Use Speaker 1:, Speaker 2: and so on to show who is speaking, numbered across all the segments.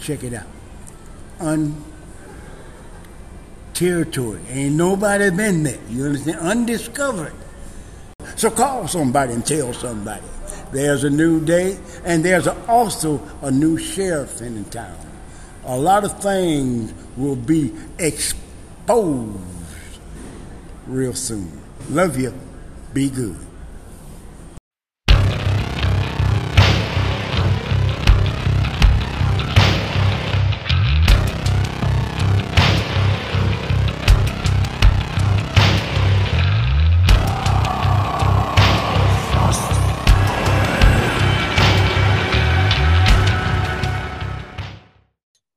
Speaker 1: check it out. Un territory. Ain't nobody been there. You understand? Undiscovered. So call somebody and tell somebody. There's a new day, and there's a- also a new sheriff in the town. A lot of things will be exposed real soon. Love you. Be good.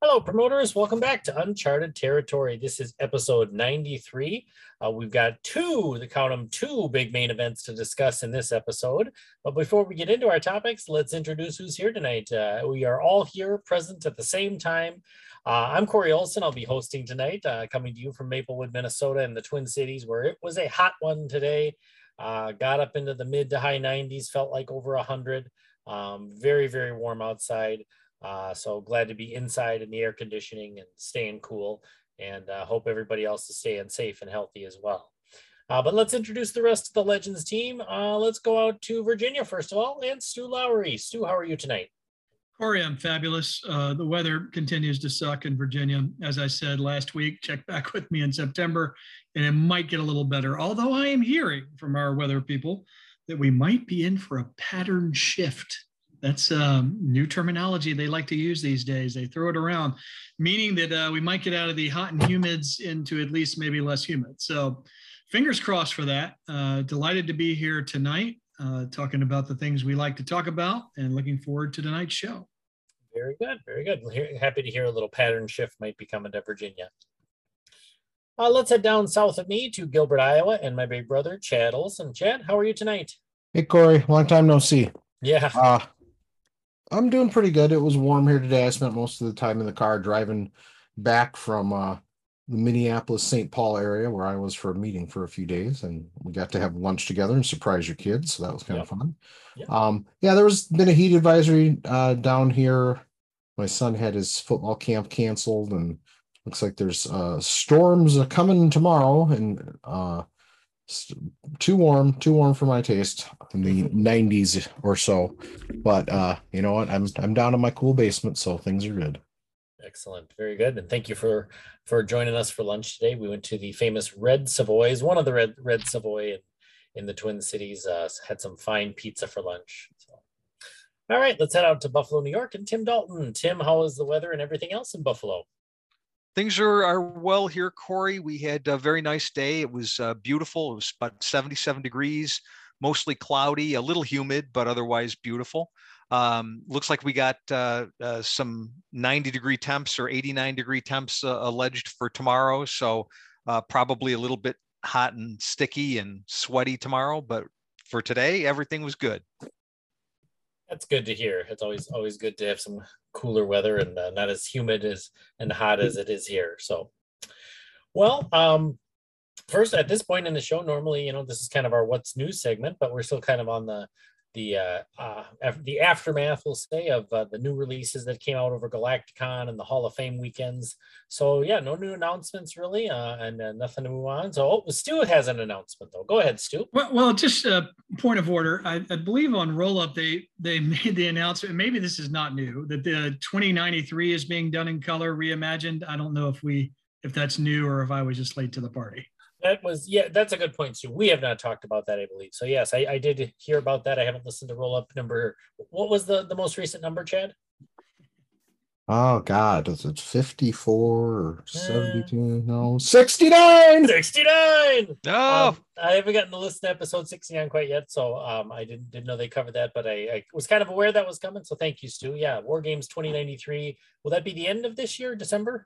Speaker 2: Hello, promoters. Welcome back to Uncharted Territory. This is episode 93. Uh, we've got two, the count 'em, two big main events to discuss in this episode. But before we get into our topics, let's introduce who's here tonight. Uh, we are all here present at the same time. Uh, I'm Corey Olson. I'll be hosting tonight, uh, coming to you from Maplewood, Minnesota, and the Twin Cities, where it was a hot one today. Uh, got up into the mid to high 90s, felt like over 100. Um, very, very warm outside. Uh, so glad to be inside in the air conditioning and staying cool. And uh, hope everybody else is staying safe and healthy as well. Uh, but let's introduce the rest of the Legends team. Uh, let's go out to Virginia, first of all, and Stu Lowry. Stu, how are you tonight?
Speaker 3: Corey, I'm fabulous. Uh, the weather continues to suck in Virginia. As I said last week, check back with me in September and it might get a little better. Although I am hearing from our weather people that we might be in for a pattern shift. That's um, new terminology they like to use these days. They throw it around, meaning that uh, we might get out of the hot and humids into at least maybe less humid. So, fingers crossed for that. Uh, delighted to be here tonight, uh, talking about the things we like to talk about and looking forward to tonight's show.
Speaker 2: Very good, very good. We're here- Happy to hear a little pattern shift might be coming to Virginia. Uh, let's head down south of me to Gilbert, Iowa, and my big brother, Chad Olson. Chad, how are you tonight?
Speaker 4: Hey Corey, long time no see.
Speaker 2: Yeah,
Speaker 4: Uh I'm doing pretty good. It was warm here today. I spent most of the time in the car driving back from uh the Minneapolis St. Paul area where I was for a meeting for a few days and we got to have lunch together and surprise your kids. So that was kind of fun.
Speaker 2: Yeah.
Speaker 4: Um yeah, there was been a heat advisory uh down here. My son had his football camp canceled and looks like there's uh storms are coming tomorrow and uh s- too warm, too warm for my taste in the 90s or so. But uh, you know what? I'm I'm down in my cool basement, so things are good.
Speaker 2: Excellent. Very good. And thank you for for joining us for lunch today. We went to the famous Red Savoy's, one of the Red Red Savoy in, in the Twin Cities. Uh, had some fine pizza for lunch. So. All right, let's head out to Buffalo, New York, and Tim Dalton. Tim, how is the weather and everything else in Buffalo?
Speaker 5: Things are, are well here, Corey. We had a very nice day. It was uh, beautiful. It was about 77 degrees, mostly cloudy, a little humid, but otherwise beautiful. Um, looks like we got uh, uh, some 90 degree temps or 89 degree temps uh, alleged for tomorrow. So uh, probably a little bit hot and sticky and sweaty tomorrow. But for today, everything was good.
Speaker 2: That's good to hear. It's always always good to have some cooler weather and uh, not as humid as and hot as it is here. So, well, um, first at this point in the show, normally you know this is kind of our what's new segment, but we're still kind of on the the uh, uh af- the aftermath, we'll say, of uh, the new releases that came out over Galacticon and the Hall of Fame weekends. So yeah, no new announcements really, uh, and uh, nothing to move on. So oh, Stu has an announcement though. Go ahead, Stu.
Speaker 3: Well, well just a point of order. I, I believe on roll up they they made the announcement. Maybe this is not new that the 2093 is being done in color reimagined. I don't know if we if that's new or if I was just late to the party.
Speaker 2: That was yeah, that's a good point, Sue. We have not talked about that, I believe. So yes, I, I did hear about that. I haven't listened to roll up number. What was the the most recent number, Chad?
Speaker 4: Oh God, is it 54 or 72?
Speaker 2: Eh.
Speaker 4: No, 69.
Speaker 2: Sixty nine.
Speaker 5: Oh,
Speaker 2: Um, I haven't gotten to listen to episode sixty nine quite yet, so um, I didn't didn't know they covered that, but I, I was kind of aware that was coming. So thank you, Stu. Yeah, War Games twenty ninety three. Will that be the end of this year, December?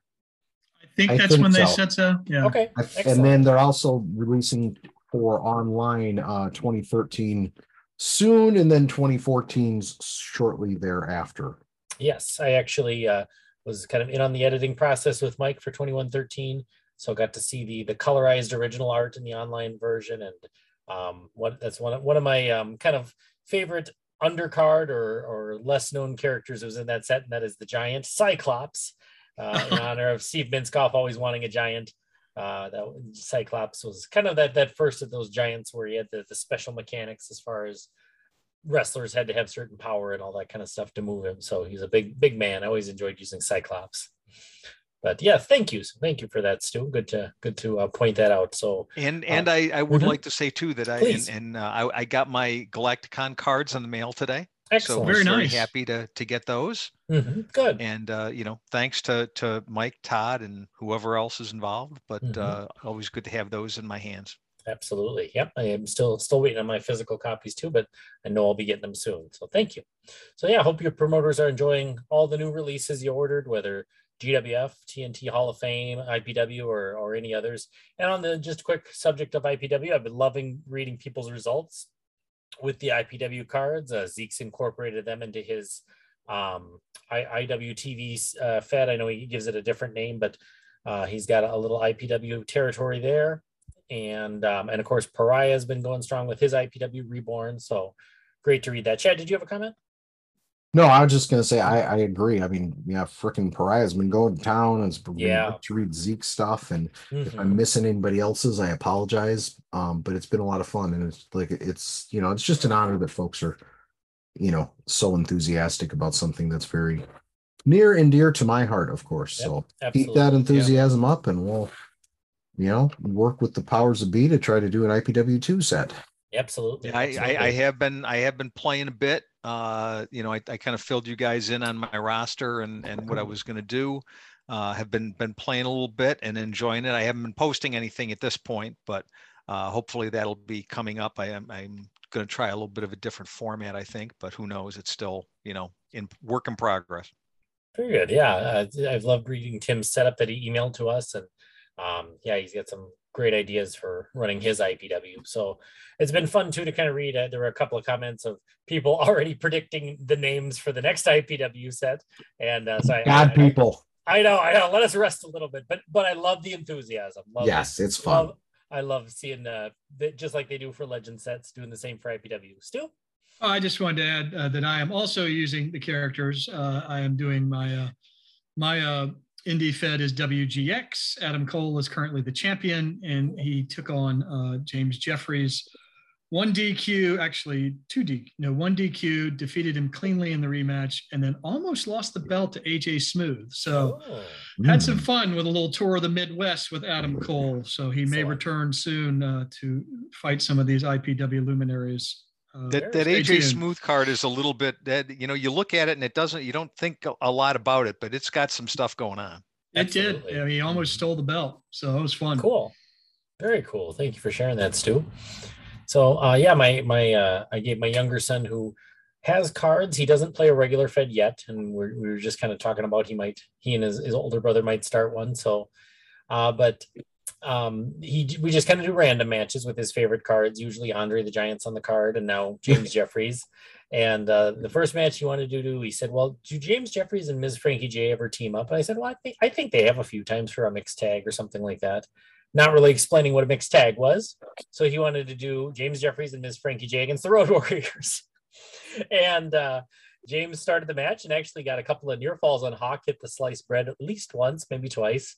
Speaker 3: I think
Speaker 4: I
Speaker 3: that's
Speaker 4: think
Speaker 3: when they
Speaker 4: so.
Speaker 3: said so. Yeah.
Speaker 2: Okay,
Speaker 4: I-
Speaker 2: excellent.
Speaker 4: And then they're also releasing for online uh 2013 soon and then 2014's shortly thereafter.
Speaker 2: Yes, I actually uh, was kind of in on the editing process with Mike for 2113. So got to see the the colorized original art in the online version, and um, what that's one of, one of my um, kind of favorite undercard or, or less known characters who's in that set, and that is the giant Cyclops, uh, in honor of Steve Minskoff always wanting a giant. Uh, that Cyclops was kind of that that first of those giants where he had the, the special mechanics as far as wrestlers had to have certain power and all that kind of stuff to move him. So he's a big big man. I always enjoyed using Cyclops. But yeah, thank you, thank you for that, Stu. Good to good to uh, point that out. So
Speaker 5: Oh, And and I, I would
Speaker 2: mhm.
Speaker 5: like to say too that I
Speaker 2: Please.
Speaker 5: and, and uh, I, I got my Galacticon cards in the mail today. So
Speaker 2: excellent,
Speaker 5: I was
Speaker 3: Very
Speaker 5: very
Speaker 3: nice.
Speaker 5: happy to to get those.
Speaker 2: Mhm, good.
Speaker 5: And uh, you know, thanks to to Mike, Todd, and whoever else is involved. But
Speaker 2: Mhm.
Speaker 5: uh, always good to have those in my hands.
Speaker 2: Absolutely. Yep. I am still still waiting on my physical copies too, but I know I'll be getting them soon. So thank you. So yeah, I hope your promoters are enjoying all the new releases you ordered, whether GWF, TNT Hall of Fame, IPW, or or any others. And on the just quick subject of IPW, I've been loving reading people's results with the IPW cards. Uh, Zeke's incorporated them into his um, I, IWTV uh, Fed. I know he gives it a different name, but uh, he's got a little IPW territory there and um, and of course pariah has been going strong with his ipw reborn so great to read that chad did you have a comment
Speaker 4: No, I was just gonna say I, I agree. I mean, yeah, frickin' Pariah's been going to town and it's been
Speaker 2: Yeah.
Speaker 4: great to read Zeke stuff. And
Speaker 5: Mm-hmm.
Speaker 4: if
Speaker 2: Mhm.
Speaker 4: I'm missing anybody else's, I apologize. Um, but it's been a lot of fun and it's like it's you know, it's just an honor that folks are, you know, so enthusiastic about something that's very near and dear to my heart, of course.
Speaker 2: Yep,
Speaker 4: So keep
Speaker 2: absolutely
Speaker 4: that
Speaker 2: yeah.
Speaker 4: enthusiasm up and we'll you know, work with the powers of B to try to do an IPW two set.
Speaker 2: absolutely
Speaker 5: I,
Speaker 2: absolutely.
Speaker 5: I, I have been I have been playing a bit. Uh, you know, I, I kind of filled you guys in on my roster and and what I was going to do. Uh, have been been playing a little bit and enjoying it. I haven't been posting anything at this point, but uh, hopefully that'll be coming up. I am I'm going to try a little bit of a different format, I think, but who knows? It's still you know in work in progress.
Speaker 2: Very good. Yeah, uh, I've loved reading Tim's setup that he emailed to us, and um, yeah, he's got some great ideas for running his IPW. So it's been fun too to kind of read. Uh, there were a couple of comments of people already predicting the names for the next IPW set, and uh, so I,
Speaker 4: God
Speaker 2: I,
Speaker 4: people.
Speaker 2: I know, I know. Let us rest a little bit, but but I love the enthusiasm. Love it.
Speaker 4: Yes, it's fun.
Speaker 2: Love- I love seeing uh, that just like they do for legend sets, doing the same for IPW. Still,
Speaker 3: Oh, I just wanted to add uh, that I am also using the characters. Uh, I am doing my uh, my uh, indie fed is WGX. Adam Cole is currently the champion, and he took on uh, James Jeffries. One DQ, actually two D, no one DQ, defeated him cleanly in the rematch, and then almost lost the belt to AJ Smooth. So
Speaker 2: Oh,
Speaker 3: had
Speaker 4: Mm.
Speaker 3: some fun with a little tour of the Midwest with Adam Cole. So he may
Speaker 2: Excellent.
Speaker 3: return soon uh, to fight some of these IPW luminaries. Uh,
Speaker 5: That
Speaker 2: Very
Speaker 5: that AJ
Speaker 3: stay tuned.
Speaker 5: Smooth card is a little bit that you know you look at it and it doesn't you don't think a- a lot about it, but it's got some stuff going on.
Speaker 3: It did.
Speaker 2: Absolutely.
Speaker 3: Yeah, he almost stole the belt. So it was fun.
Speaker 2: cool, very cool. Thank you for sharing that, Stu. So, uh, yeah, my my uh, I gave my younger son who has cards. He doesn't play a regular Fed yet, and we're, we were just kind of talking about he might he and his, his older brother might start one. So, uh, but um, he we just kind of do random matches with his favorite cards. Usually Andre the Giant's on the card, and now James Jeffries. And uh, the first match he wanted to do, he said, "Well, do James Jeffries and Ms. Frankie J ever team up?" And I said, "Well, I think I think they have a few times for a mixed tag or something like that." Not really explaining what a mixed tag was, so he wanted to do James Jeffries and Ms. Frankie J against the Road Warriors. and uh, James started the match and actually got a couple of near falls on Hawk, hit the sliced bread at least once, maybe twice.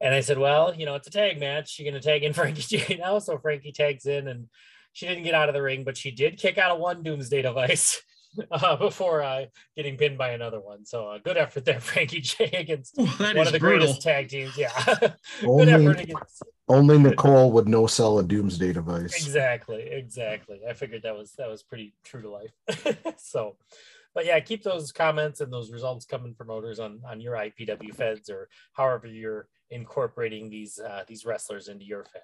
Speaker 2: And I said, Well, you know, it's a tag match. You're going to tag in Frankie J now. So Frankie tags in, and she didn't get out of the ring, but she did kick out of one Doomsday device uh, before uh, getting pinned by another one. So uh, good effort there, Frankie J against
Speaker 3: Ooh, that
Speaker 2: one
Speaker 3: is
Speaker 2: of the
Speaker 3: brutal.
Speaker 2: greatest tag teams. Yeah. good effort
Speaker 4: Only,
Speaker 2: against.
Speaker 4: only Nicole would no sell a doomsday device.
Speaker 2: Exactly, exactly. I figured that was that was pretty true to life. so, but yeah, keep those comments and those results coming, promoters on on your IPW feds or however you're incorporating these uh, these wrestlers into your fed.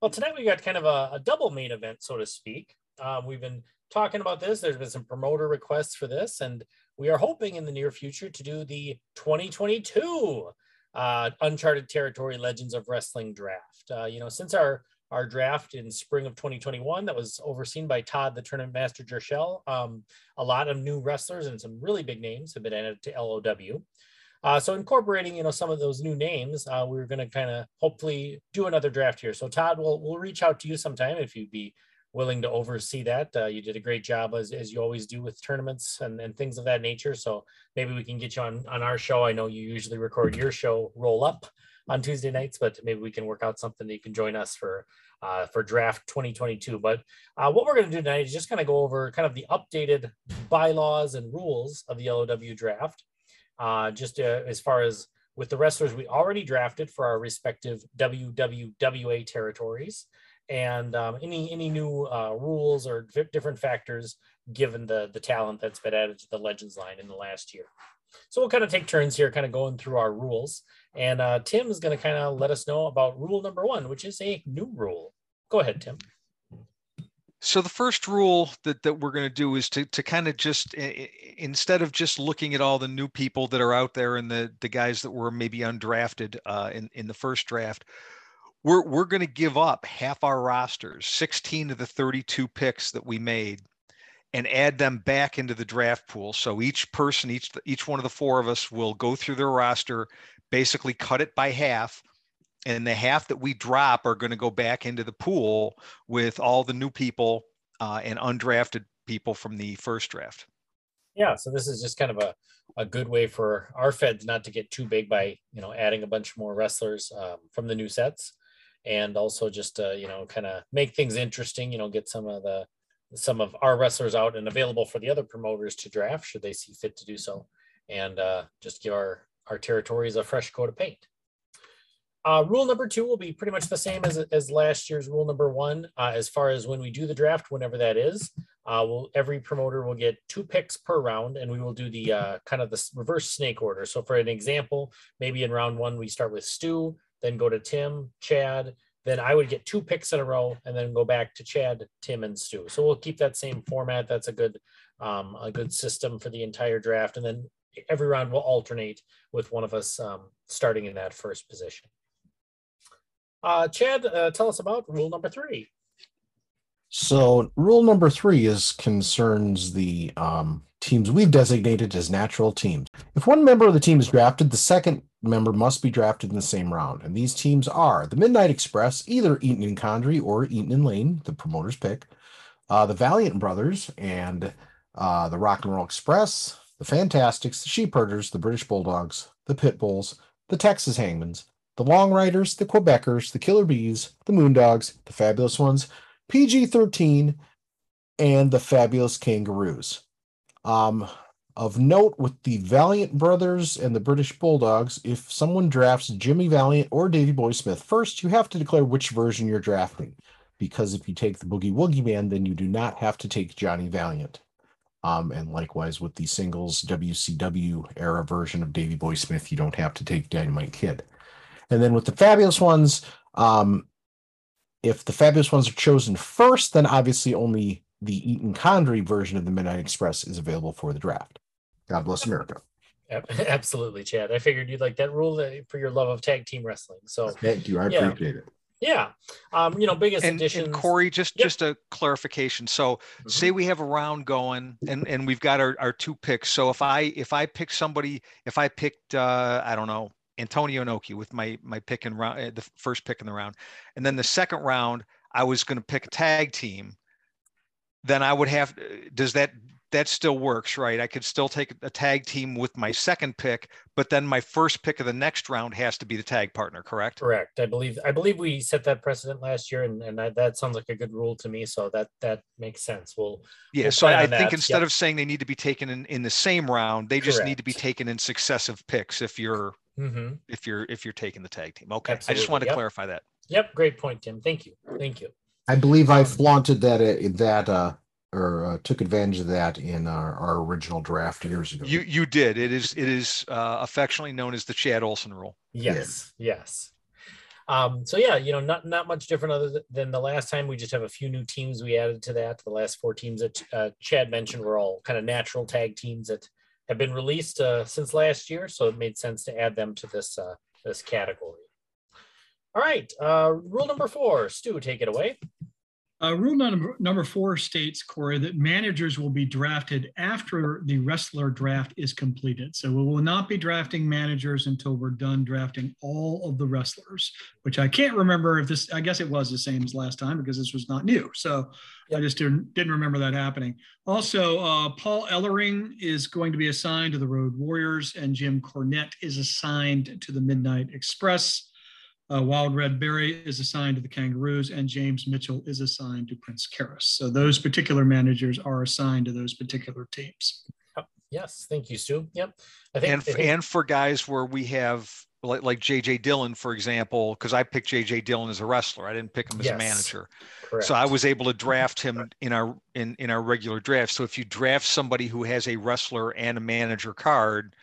Speaker 2: Well, tonight we got kind of a, a double main event, so to speak. Um, we've been talking about this. There's been some promoter requests for this, and we are hoping in the near future to do the 2022 uh, Uncharted Territory Legends of Wrestling draft. Uh, you know, since our our draft in spring of 2021 that was overseen by Todd, the tournament master, Jershell. Um, a lot of new wrestlers and some really big names have been added to LOW. Uh, so incorporating, you know, some of those new names, uh, we were going to kind of hopefully do another draft here. So Todd, we'll we'll reach out to you sometime if you'd be willing to oversee that. Uh, you did a great job as, as you always do with tournaments and, and things of that nature. So maybe we can get you on, on our show. I know you usually record your show roll up on Tuesday nights, but maybe we can work out something that you can join us for, uh, for draft 2022. But uh, what we're going to do tonight is just kind of go over kind of the updated bylaws and rules of the LOW draft. Uh, just uh, as far as with the wrestlers we already drafted for our respective WWWA territories and um, any any new uh, rules or di- different factors given the the talent that's been added to the legends line in the last year. So we'll kind of take turns here, kind of going through our rules, and uh, Tim is going to kind of let us know about rule number one, which is a new rule. Go ahead, Tim.
Speaker 5: So the first rule that, that we're going to do is to, to kind of just i- i- instead of just looking at all the new people that are out there and the, the guys that were maybe undrafted uh, in in the first draft, we're we're going to give up half our rosters, 16 of the 32 picks that we made, and add them back into the draft pool. So each person, each each one of the four of us will go through their roster, basically cut it by half, and the half that we drop are going to go back into the pool with all the new people uh, and undrafted people from the first draft.
Speaker 2: Yeah, so this is just kind of a, a good way for our feds not to get too big by you know adding a bunch more wrestlers um, from the new sets, and also just uh, you know kind of make things interesting. You know, get some of the some of our wrestlers out and available for the other promoters to draft should they see fit to do so, and uh, just give our our territories a fresh coat of paint. Uh, rule number two will be pretty much the same as, as last year's rule number one, uh, as far as when we do the draft, whenever that is. Uh, we'll, every promoter will get two picks per round, and we will do the uh, kind of the s- reverse snake order. So, for an example, maybe in round one, we start with Stu, then go to Tim, Chad, then I would get two picks in a row, and then go back to Chad, Tim, and Stu. So, we'll keep that same format. That's a good, um, a good system for the entire draft. And then every round will alternate with one of us um, starting in that first position. Uh, Chad, uh, tell us about rule number three.
Speaker 4: So rule number three is concerns the um, teams we've designated as natural teams. If one member of the team is drafted, the second member must be drafted in the same round. And these teams are the Midnight Express, either Eaton and Condry or Eaton and Lane, the promoter's pick, uh, the Valiant Brothers and uh, the Rock and Roll Express, the Fantastics, the Sheepherders, the British Bulldogs, the Pitbulls, the Texas Hangmans, the Long Riders, the Quebecers, the Killer Bees, the Moondogs, the Fabulous Ones, PG 13, and the Fabulous Kangaroos. Um, of note with the Valiant Brothers and the British Bulldogs, if someone drafts Jimmy Valiant or Davy Boy Smith first, you have to declare which version you're drafting. Because if you take the Boogie Woogie Man, then you do not have to take Johnny Valiant. Um, and likewise with the singles WCW era version of Davy Boy Smith, you don't have to take Dynamite Kid. And then with the Fabulous Ones, um, if the fabulous ones are chosen first, then obviously only the Eaton Condry version of the Midnight Express is available for the draft. God bless America.
Speaker 2: Ab- Absolutely, Chad. I figured you'd like that rule uh, for your love of tag team wrestling. So,
Speaker 4: Thank you. I
Speaker 2: Yeah.
Speaker 4: appreciate it.
Speaker 2: yeah, um, you know, biggest
Speaker 5: And,
Speaker 2: additions.
Speaker 5: and Corey, just
Speaker 2: Yep.
Speaker 5: just a clarification. So
Speaker 2: Mhm.
Speaker 5: say we have a round going and and we've got our, our two picks. So if I if I pick somebody, if I picked uh, I don't know Antonio Noki with my my pick in round uh, the first pick in the round, and then the second round I was going to pick a tag team, then I would have does that that still works right? I could still take a tag team with my second pick, but then my first pick of the next round has to be the tag partner, correct?
Speaker 2: Correct. I believe I believe we set that precedent last year, and, and that, that sounds like a good rule to me. So that that makes sense. Well,
Speaker 5: Yeah,
Speaker 2: We'll
Speaker 5: so
Speaker 2: plan
Speaker 5: I I
Speaker 2: on
Speaker 5: think
Speaker 2: that,
Speaker 5: instead
Speaker 2: yep.
Speaker 5: of saying they need to be taken in, in the same round, they just need to be
Speaker 2: Correct.
Speaker 5: taken in successive picks if you're
Speaker 2: mhm.
Speaker 5: if you're if you're taking the tag team. Okay. I
Speaker 2: Absolutely,
Speaker 5: just wanted to
Speaker 2: yep.
Speaker 5: clarify that.
Speaker 2: yep, great point, Tim. Thank you, thank you.
Speaker 4: I believe
Speaker 2: Um,
Speaker 4: I flaunted that uh, that uh, or uh, took advantage of that in our, our original draft years ago.
Speaker 5: You you did. It is it is uh, affectionately known as the Chad Olson rule.
Speaker 2: Yes, yes. Um, so yeah, you know, not not much different other th- than the last time. We just have a few new teams we added to that. The last four teams that uh, Chad mentioned were all kind of natural tag teams that have been released uh, since last year, so it made sense to add them to this uh, this category. All right, uh, rule number four. Stu, take it away.
Speaker 3: Uh, rule number, number four states, Corey, that managers will be drafted after the wrestler draft is completed. So we will not be drafting managers until we're done drafting all of the wrestlers, which I can't remember if this, I guess it was the same as last time because this was not new. So I just didn't, didn't remember that happening. Also, uh, Paul Ellering is going to be assigned to the Road Warriors, and Jim Cornette is assigned to the Midnight Express. Uh, Wild Red Berry is assigned to the Kangaroos, and James Mitchell is assigned to Prince Karras. So those particular managers are assigned to those particular teams.
Speaker 2: Yes, thank you, Stu. Yep. I think, I
Speaker 5: and f-
Speaker 2: think-
Speaker 5: and for guys where we have like like JJ Dillon for example, because I picked JJ Dillon as a wrestler, I didn't pick him as
Speaker 2: Yes,
Speaker 5: a manager,
Speaker 2: correct.
Speaker 5: so I was able to draft him in our in in our regular draft. So if you draft somebody who has a wrestler and a manager card,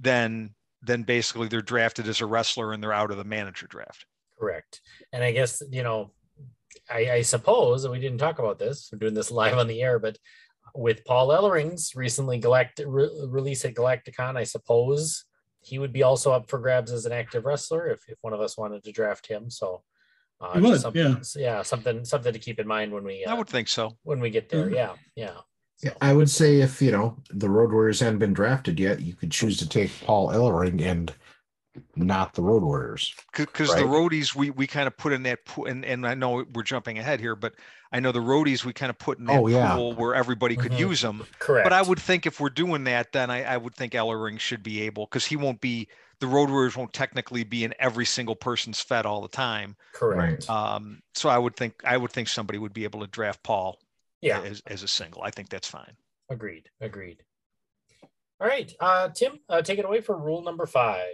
Speaker 5: then then basically they're drafted as a wrestler and they're out of the manager draft.
Speaker 2: Correct. And I guess, you know, I, I suppose and we didn't talk about this. We're doing this live on the air, but with Paul Ellering's recently galactic re- release at Galacticon, I suppose he would be also up for grabs as an active wrestler if, if one of us wanted to draft him. So, uh,
Speaker 3: He would,
Speaker 2: just something,
Speaker 3: yeah.
Speaker 2: yeah, something something to keep in mind when we
Speaker 5: I
Speaker 2: uh,
Speaker 5: would think so.
Speaker 2: when we get there.
Speaker 3: Mhm.
Speaker 2: Yeah, yeah.
Speaker 4: Yeah, I would say if you know the Road Warriors hadn't been drafted yet, you could choose to take Paul Ellering and not the Road Warriors.
Speaker 5: because the roadies we we kind of put in that pool and, and i know we're jumping ahead here but i know the roadies we kind of put in that
Speaker 4: Oh, yeah.
Speaker 5: pool where everybody could
Speaker 2: Mhm.
Speaker 5: use them
Speaker 2: Correct.
Speaker 5: but i would think if we're doing that then i, I would think ellering should be able because he won't be the road warriors won't technically be in every single person's fed all the time
Speaker 2: correct.
Speaker 5: um so i would think i would think somebody would be able to draft paul
Speaker 2: Yeah.
Speaker 5: as, as a single i think that's fine
Speaker 2: Agreed. Agreed. All right, uh, Tim, uh, take it away for rule number five.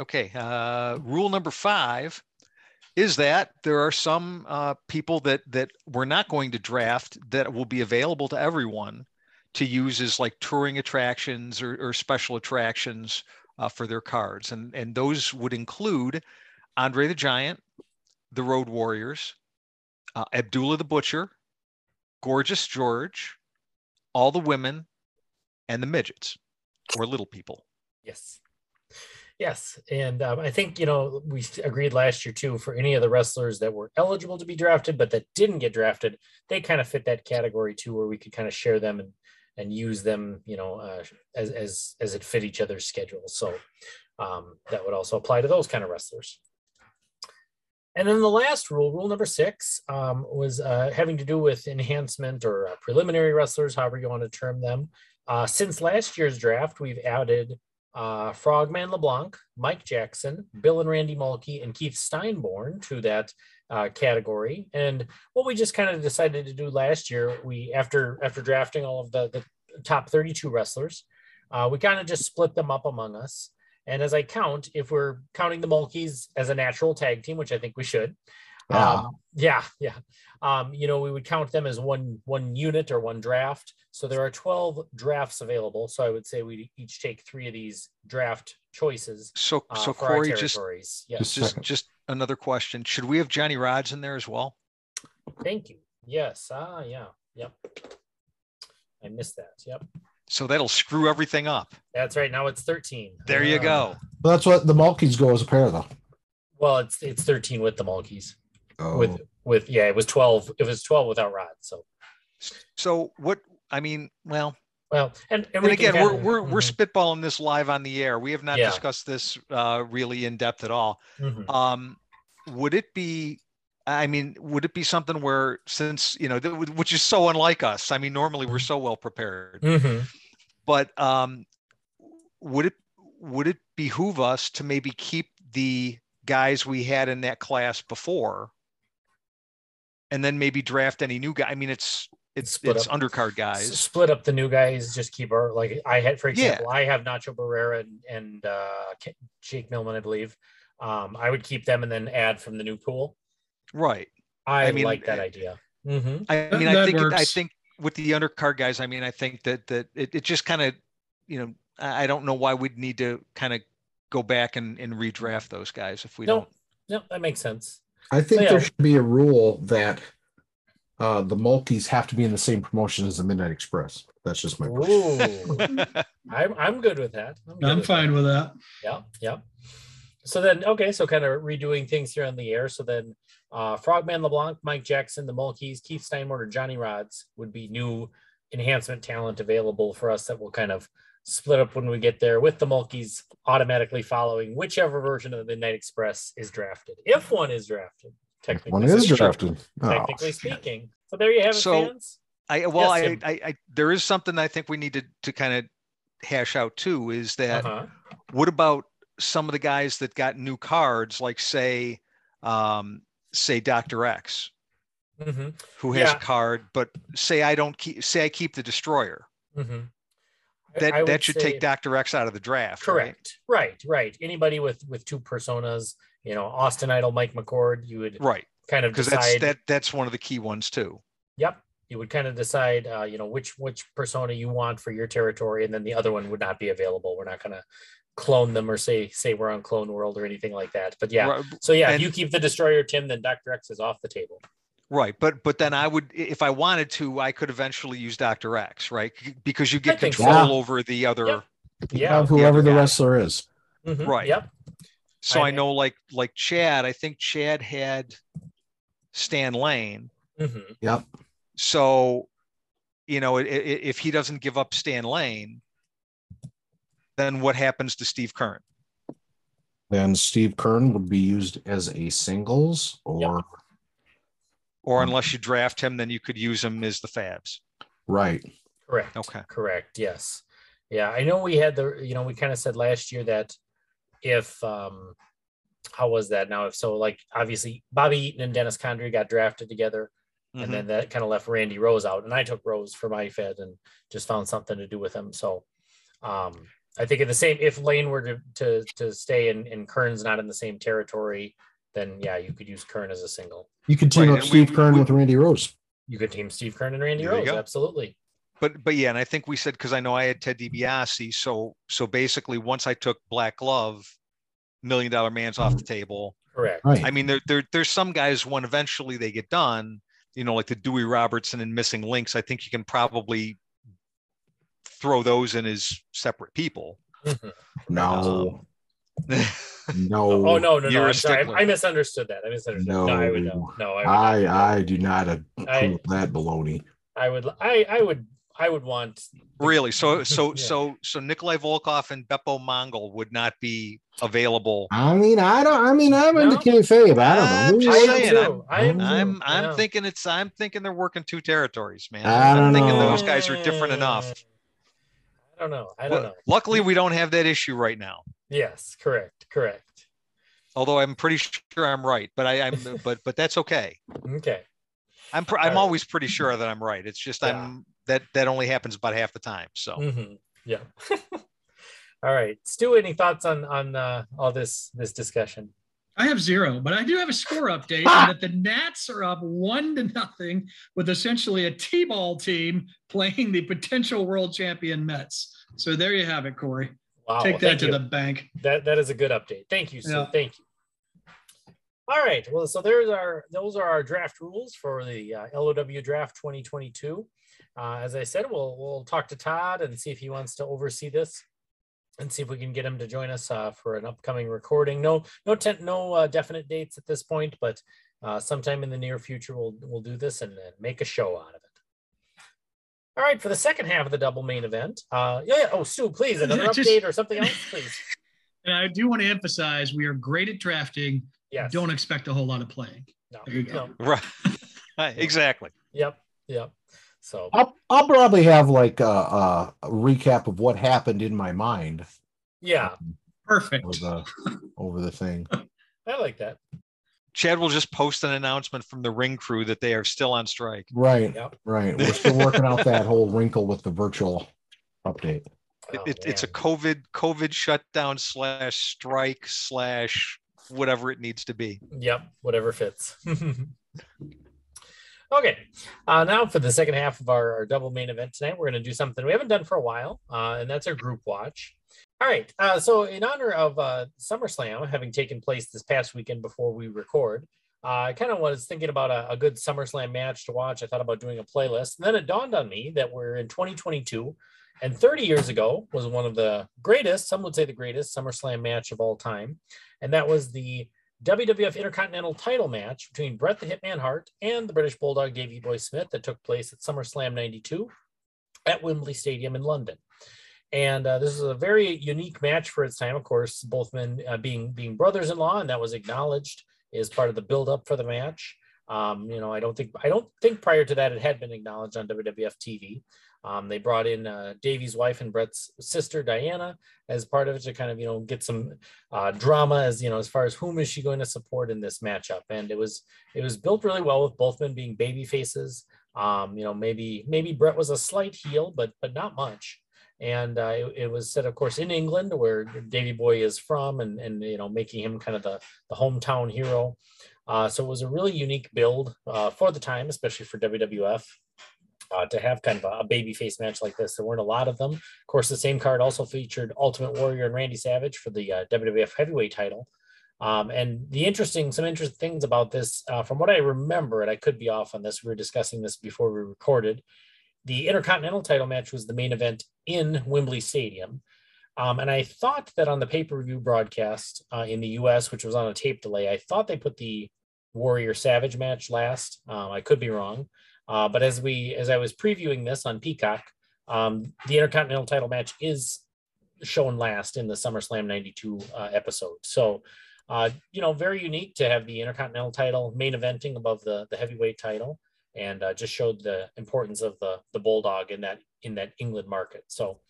Speaker 5: Okay. Uh, rule number five is that there are some uh, people that that we're not going to draft that will be available to everyone to use as like touring attractions or, or special attractions uh, for their cards, and and those would include Andre the Giant, the Road Warriors, uh, Abdullah the Butcher, Gorgeous George, all the women, and the midgets or little people.
Speaker 2: Yes. Yes. And um, I think, you know, we s- agreed last year too for any of the wrestlers that were eligible to be drafted, but that didn't get drafted, they kind of fit that category too, where we could kind of share them and, and use them, you know, uh, as, as, as it fit each other's schedules. So um, that would also apply to those kind of wrestlers. And then the last rule, rule number six, um, was uh, having to do with enhancement or uh, preliminary wrestlers, however you want to term them. Uh, since last year's draft, we've added uh, Frogman LeBlanc, Mike Jackson, Bill and Randy Mulkey, and Keith Steinborn to that uh, category. And what we just kind of decided to do last year, we after after drafting all of the, the top 32 wrestlers, uh, we kind of just split them up among us. And as I count, if we're counting the Mulkeys as a natural tag team, which I think we should,
Speaker 4: Yeah.
Speaker 2: um, yeah, yeah. Um, you know, we would count them as one one unit or one draft. So there are twelve drafts available. So I would say we each take three of these draft choices.
Speaker 5: So
Speaker 2: Uh,
Speaker 5: so
Speaker 2: for our
Speaker 5: Corey just
Speaker 2: territories.
Speaker 5: Just,
Speaker 2: Yes,
Speaker 4: Just
Speaker 5: just,
Speaker 4: second.
Speaker 5: just another question. Should we have Johnny Rods in there as well?
Speaker 2: thank you. Yes. Ah, yeah. Yep. I missed that. Yep.
Speaker 5: So that'll screw everything up.
Speaker 2: That's right. Now it's thirteen.
Speaker 5: There you
Speaker 2: Ah.
Speaker 5: go.
Speaker 4: Well, that's what the Malkies go as a pair, though.
Speaker 2: Well, it's it's thirteen with the Mulkeys.
Speaker 4: Oh.
Speaker 2: With with yeah, it was twelve. It was twelve without Rod. So
Speaker 5: So what? I mean, well,
Speaker 2: well, and and,
Speaker 5: and,
Speaker 2: we can
Speaker 5: again, we're
Speaker 2: kinda-
Speaker 5: we're we're
Speaker 2: Mhm,
Speaker 5: spitballing this live on the air. We have not
Speaker 2: Yeah.
Speaker 5: discussed this uh, really in depth at all.
Speaker 2: mhm.
Speaker 5: Um, would it be? I mean, would it be something where, since you know, th- which is so unlike us. I mean, normally we're so well prepared.
Speaker 2: Mhm.
Speaker 5: but um, would it would it behoove us to maybe keep the guys we had in that class before, and then maybe draft any new guy? I mean, it's it's
Speaker 2: Split
Speaker 5: it's
Speaker 2: up.
Speaker 5: undercard
Speaker 2: s-
Speaker 5: guys.
Speaker 2: split up the new guys. Just keep our like I had for
Speaker 5: Yeah.
Speaker 2: example, I have Nacho Barrera and, and uh, K- Jake Millman, I believe. Um, I would keep them and then add from the new pool.
Speaker 5: Right.
Speaker 2: I,
Speaker 5: I mean,
Speaker 2: like that
Speaker 5: uh,
Speaker 2: idea. Mhm.
Speaker 5: I
Speaker 3: That-
Speaker 5: mean, I
Speaker 3: that
Speaker 5: think it- I
Speaker 3: works.
Speaker 5: think with the undercard guys, I mean, I think that that it, it just kind of you know I I don't know why we'd need to kind of go back and, and redraft those guys if we
Speaker 2: No.
Speaker 5: don't.
Speaker 2: No, that makes sense.
Speaker 4: I think
Speaker 2: Yeah.
Speaker 4: there should be a rule that uh, the Mulkies have to be in the same promotion as the Midnight Express. That's just my.
Speaker 2: Ooh, I'm I'm good with that. good
Speaker 3: I'm
Speaker 2: with
Speaker 3: fine with that.
Speaker 2: Yeah, yeah. So then, okay, so kind of redoing things here on the air. So then, Uh, Frogman LeBlanc, Mike Jackson, the Mulkeys, Keith Steinmorter, Johnny Rods would be new enhancement talent available for us that will kind of split up when we get there with the Mulkeys automatically following whichever version of the Midnight Express is drafted, if one is drafted. Technically,
Speaker 4: One is
Speaker 2: speaking.
Speaker 4: drafted. Oh.
Speaker 2: Technically speaking. So there you have it,
Speaker 5: So-
Speaker 2: fans.
Speaker 5: I well,
Speaker 2: Yes,
Speaker 5: I,
Speaker 2: Tim.
Speaker 5: I, I there is something I think we need to to kind of hash out too. Is that
Speaker 2: Uh-huh.
Speaker 5: what about some of the guys that got new cards, like say, um, say Doctor X,
Speaker 2: Mhm.
Speaker 5: who has
Speaker 2: Yeah.
Speaker 5: a card, but say I don't keep, say I keep the Destroyer.
Speaker 2: Mhm. I-
Speaker 5: That
Speaker 2: I would
Speaker 5: that should
Speaker 2: say-
Speaker 5: take Doctor X out of the draft. right?
Speaker 2: Correct. Right. Right. Anybody with with two personas, you know, Austin Idol, Mike McCord, you would
Speaker 5: Right,
Speaker 2: kind of
Speaker 5: because
Speaker 2: decide.
Speaker 5: that's that that's one of the key ones too.
Speaker 2: Yep. You would kind of decide, uh, you know, which which persona you want for your territory, and then the other one would not be available. We're not going to clone them or say say we're on Clone World or anything like that. But yeah.
Speaker 5: Right,
Speaker 2: So yeah, if
Speaker 5: And-
Speaker 2: you keep the Destroyer, Tim, then Doctor X is off the table.
Speaker 5: right. But but then I would, if I wanted to, I could eventually use Doctor X, right? Because you
Speaker 2: I
Speaker 5: get
Speaker 2: think so.
Speaker 5: control
Speaker 4: Yeah.
Speaker 5: over the other.
Speaker 2: Yep. Yeah.
Speaker 4: Have whoever the
Speaker 5: Yeah.
Speaker 4: wrestler is.
Speaker 2: Mhm.
Speaker 5: Right.
Speaker 2: Yep.
Speaker 5: So
Speaker 2: I-
Speaker 5: I know, like like Chad, I think Chad had Stan Lane.
Speaker 2: hmm
Speaker 4: Yep.
Speaker 5: So, you know, i- i- if he doesn't give up Stan Lane, then what happens to Steve Kern?
Speaker 4: Then Steve Kern would be used as a singles or
Speaker 5: Or unless you draft him, then you could use him as the Fabs.
Speaker 4: right.
Speaker 2: Correct.
Speaker 5: Okay.
Speaker 2: Correct. Yes. Yeah. I know we had the, you know, we kind of said last year that if, um, how was that now? If so, like obviously Bobby Eaton and Dennis Condrey got drafted together, and
Speaker 5: Mhm.
Speaker 2: then that kind of left Randy Rose out. And I took Rose for my Fed and just found something to do with him. So, um, I think in the same, if Lane were to to, to stay and, and Kern's not in the same territory, then yeah, you could use Kern as a single.
Speaker 4: You could team
Speaker 5: Right,
Speaker 4: up
Speaker 5: and
Speaker 4: Steve
Speaker 5: we-
Speaker 4: Kern
Speaker 5: we-
Speaker 4: with Randy Rose.
Speaker 2: You could team Steve Kern and Randy
Speaker 5: There you
Speaker 2: Rose.
Speaker 5: go.
Speaker 2: Absolutely.
Speaker 5: But but yeah, and I think we said because I know I had Ted DiBiase. So so basically, once I took Black Glove, Million Dollar Man's off the table.
Speaker 2: Correct.
Speaker 4: Right.
Speaker 5: I mean, there, there there's some guys when eventually they get done, you know, like the Dewey Robertson and Missing Links. I think you can probably throw those in as separate people.
Speaker 2: Mhm.
Speaker 4: No. no.
Speaker 2: Oh no, no,
Speaker 5: You're
Speaker 2: no!
Speaker 5: a
Speaker 2: I'm sorry.
Speaker 5: stickler.
Speaker 2: I, I misunderstood that. I misunderstood. No, I would
Speaker 4: No.
Speaker 2: no, no I, would
Speaker 4: I
Speaker 2: not.
Speaker 4: I do not approve that baloney.
Speaker 2: I would, I, I would, I would want.
Speaker 5: really? So so
Speaker 2: Yeah.
Speaker 5: so so Nikolai Volkov and Beppo Mongol would not be available.
Speaker 4: I mean, I don't. I mean, I'm
Speaker 2: No.
Speaker 4: into K Fave. I don't know.
Speaker 5: I'm
Speaker 4: Who
Speaker 5: just
Speaker 4: is-
Speaker 2: I am
Speaker 5: saying,
Speaker 2: too.
Speaker 5: I'm-
Speaker 2: I am. too.
Speaker 5: I'm I'm
Speaker 2: Yeah.
Speaker 5: thinking it's I'm thinking they're working two territories, man.
Speaker 4: I
Speaker 5: I'm
Speaker 4: don't
Speaker 5: thinking
Speaker 4: know.
Speaker 5: those guys are different enough.
Speaker 2: Uh, I don't know. I don't
Speaker 5: Well,
Speaker 2: know.
Speaker 5: Luckily, we don't have that issue right now.
Speaker 2: Yes, correct, correct.
Speaker 5: Although I'm pretty sure I'm right, but I, I'm but but that's okay.
Speaker 2: Okay,
Speaker 5: I'm pr-
Speaker 2: All
Speaker 5: I'm
Speaker 2: right.
Speaker 5: always pretty sure that I'm right. It's just
Speaker 2: Yeah.
Speaker 5: I'm that that only happens about half the time. So
Speaker 2: hmm yeah. all right, Stu. Any thoughts on on uh, all this this discussion?
Speaker 3: I have zero, but I do have a score update
Speaker 2: Ah!
Speaker 3: and that the Nats are up one to nothing with essentially a T-ball team playing the potential world champion Mets. So there you have it, Corey.
Speaker 2: Wow,
Speaker 3: Take that
Speaker 2: thank
Speaker 3: to
Speaker 2: you.
Speaker 3: the bank.
Speaker 2: that that is a good update. Thank you, Sue.
Speaker 3: Yeah.
Speaker 2: Thank you. All right. Well, so there's our those are our draft rules for the uh, LOW draft 2022. Uh, as I said, we'll we'll talk to Todd and see if he wants to oversee this, and see if we can get him to join us uh, for an upcoming recording. No no tent no uh, definite dates at this point, but uh, sometime in the near future we'll we'll do this and, and make a show out of it. All right, for the second half of the double main event. Uh, yeah, yeah. Oh, Sue, please another
Speaker 3: Just-
Speaker 2: update or something else, please.
Speaker 3: And I do want to emphasize we are great at drafting.
Speaker 2: Yes.
Speaker 3: Don't expect a whole lot of playing.
Speaker 2: No,
Speaker 3: There you go.
Speaker 2: no.
Speaker 5: right, exactly.
Speaker 2: Yep. Yep. So
Speaker 4: I'll, I'll probably have like a, a a recap of what happened in my mind
Speaker 2: yeah,
Speaker 3: Perfect.
Speaker 4: over the over the thing.
Speaker 2: I like that.
Speaker 5: Chad will just post an announcement from the ring crew that they are still on strike.
Speaker 4: Right.
Speaker 2: Yep.
Speaker 4: Right. We're still working out that whole wrinkle with the virtual update.
Speaker 5: It,
Speaker 2: Oh,
Speaker 5: it- it's a
Speaker 2: man.
Speaker 5: COVID COVID shutdown slash strike slash whatever it needs to be.
Speaker 2: Yep, whatever fits. okay, uh, now for the second half of our, our double main event tonight, we're going to do something we haven't done for a while, uh, and that's our group watch. All right, uh, so in honor of uh, SummerSlam having taken place this past weekend before we record, uh, I kind of was thinking about a, a good SummerSlam match to watch. I thought about doing a playlist, and then it dawned on me that we're in 2022. And 30 years ago was one of the greatest, some would say the greatest SummerSlam match of all time. And that was the WWF Intercontinental title match between Bret the Hitman Hart and the British Bulldog Davey Boy Smith that took place at SummerSlam 92 at Wembley Stadium in London. And uh, this is a very unique match for its time, of course, both men uh, being, being brothers in law, and that was acknowledged as part of the build up for the match. Um, you know, I don't think I don't think prior to that it had been acknowledged on WWF TV. Um, they brought in uh, Davey's wife and Brett's sister Diana as part of it to kind of you know get some uh, drama as you know as far as whom is she going to support in this matchup, and it was it was built really well with both men being baby faces. Um, you know, maybe maybe Brett was a slight heel, but but not much. And uh, it, it, was said, of course, in England, where Davy Boy is from, and and you know making him kind of the the hometown hero. Uh, so it was a really unique build uh, for the time, especially for WWF. Uh, to have kind of a, a babyface match like this. There weren't a lot of them. Of course, the same card also featured Ultimate Warrior and Randy Savage for the uh, WWF Heavyweight title. Um, and the interesting, some interesting things about this, uh, from what I remember, and I could be off on this, we were discussing this before we recorded. The Intercontinental title match was the main event in Wembley Stadium. Um, and I thought that on the pay per view broadcast uh, in the US, which was on a tape delay, I thought they put the Warrior Savage match last. Um, I could be wrong. Uh, but as we as I was previewing this on Peacock, um, the Intercontinental title match is shown last in the SummerSlam '92 uh, episode. So, uh, you know, very unique to have the Intercontinental title main eventing above the the heavyweight title, and uh, just showed the importance of the the Bulldog in that in that England market. So,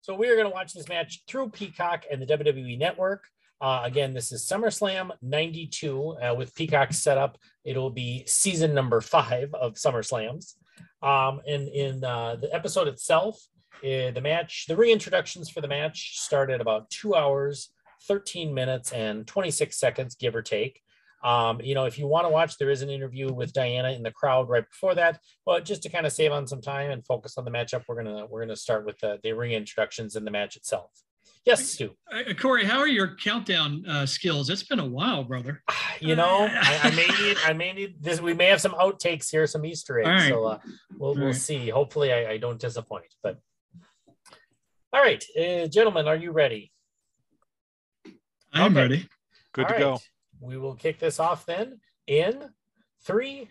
Speaker 2: so we are going to watch this match through Peacock and the WWE Network. Uh, again, this is SummerSlam 92 uh, with Peacock set up. It'll be season number five of SummerSlams. Um, and in uh, the episode itself, eh, the match, the reintroductions for the match start at about two hours, 13 minutes, and 26 seconds, give or take. Um, you know, if you want to watch, there is an interview with Diana in the crowd right before that. But just to kind of save on some time and focus on the matchup, we're gonna we're gonna start with the, the reintroductions in the match itself. Yes, Stu.
Speaker 3: Uh, Corey, how are your countdown uh, skills? It's been a while, brother.
Speaker 2: You know, I, I, may need, I may need this. We may have some outtakes here, some Easter eggs. Right. So uh, we'll, all we'll right. see. Hopefully, I, I, don't disappoint. But all right, uh, gentlemen, are you ready?
Speaker 3: I'm okay. ready.
Speaker 5: Good all to right. go.
Speaker 2: We will kick this off then in three,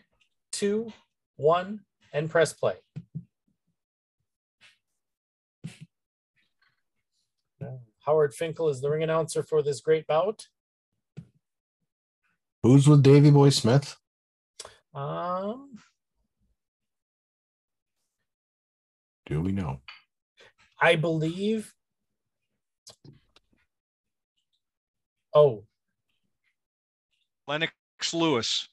Speaker 2: two, one, and press play. Howard Finkel is the ring announcer for this great bout.
Speaker 4: Who's with Davy Boy Smith?
Speaker 2: Um,
Speaker 4: do we know?
Speaker 2: I believe. Oh,
Speaker 5: Lennox Lewis.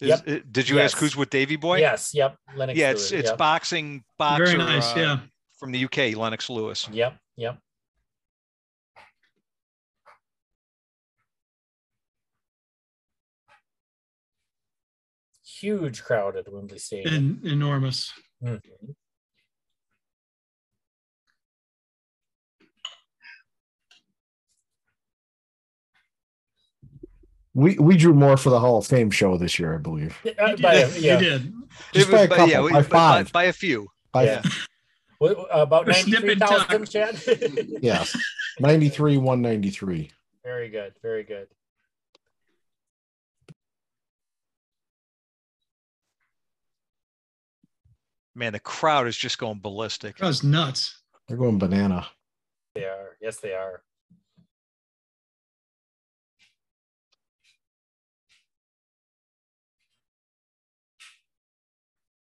Speaker 5: Is, yep. It, did you yes. ask who's with Davy Boy?
Speaker 2: Yes. Yep. Lennox.
Speaker 5: Yeah, it's
Speaker 2: Lewis,
Speaker 5: it's
Speaker 2: yep.
Speaker 5: boxing boxer.
Speaker 3: Very nice.
Speaker 5: Uh,
Speaker 3: yeah.
Speaker 5: From the UK, Lennox Lewis.
Speaker 2: Yep. Yep. huge crowd at Wembley Stadium.
Speaker 3: En- enormous. Mm-hmm.
Speaker 4: We we drew more for the Hall of Fame show this year, I believe.
Speaker 3: Uh, by a, yeah. You did.
Speaker 4: Just was, by a couple, yeah, we, by five.
Speaker 5: By, by, a few.
Speaker 4: By yeah.
Speaker 2: Well, about 93,000, Chad?
Speaker 4: yes. 93, 193.
Speaker 2: Very good. Very good.
Speaker 5: man, the crowd is just going ballistic.
Speaker 3: That's nuts.
Speaker 4: They're going banana.
Speaker 2: They are. Yes, they are.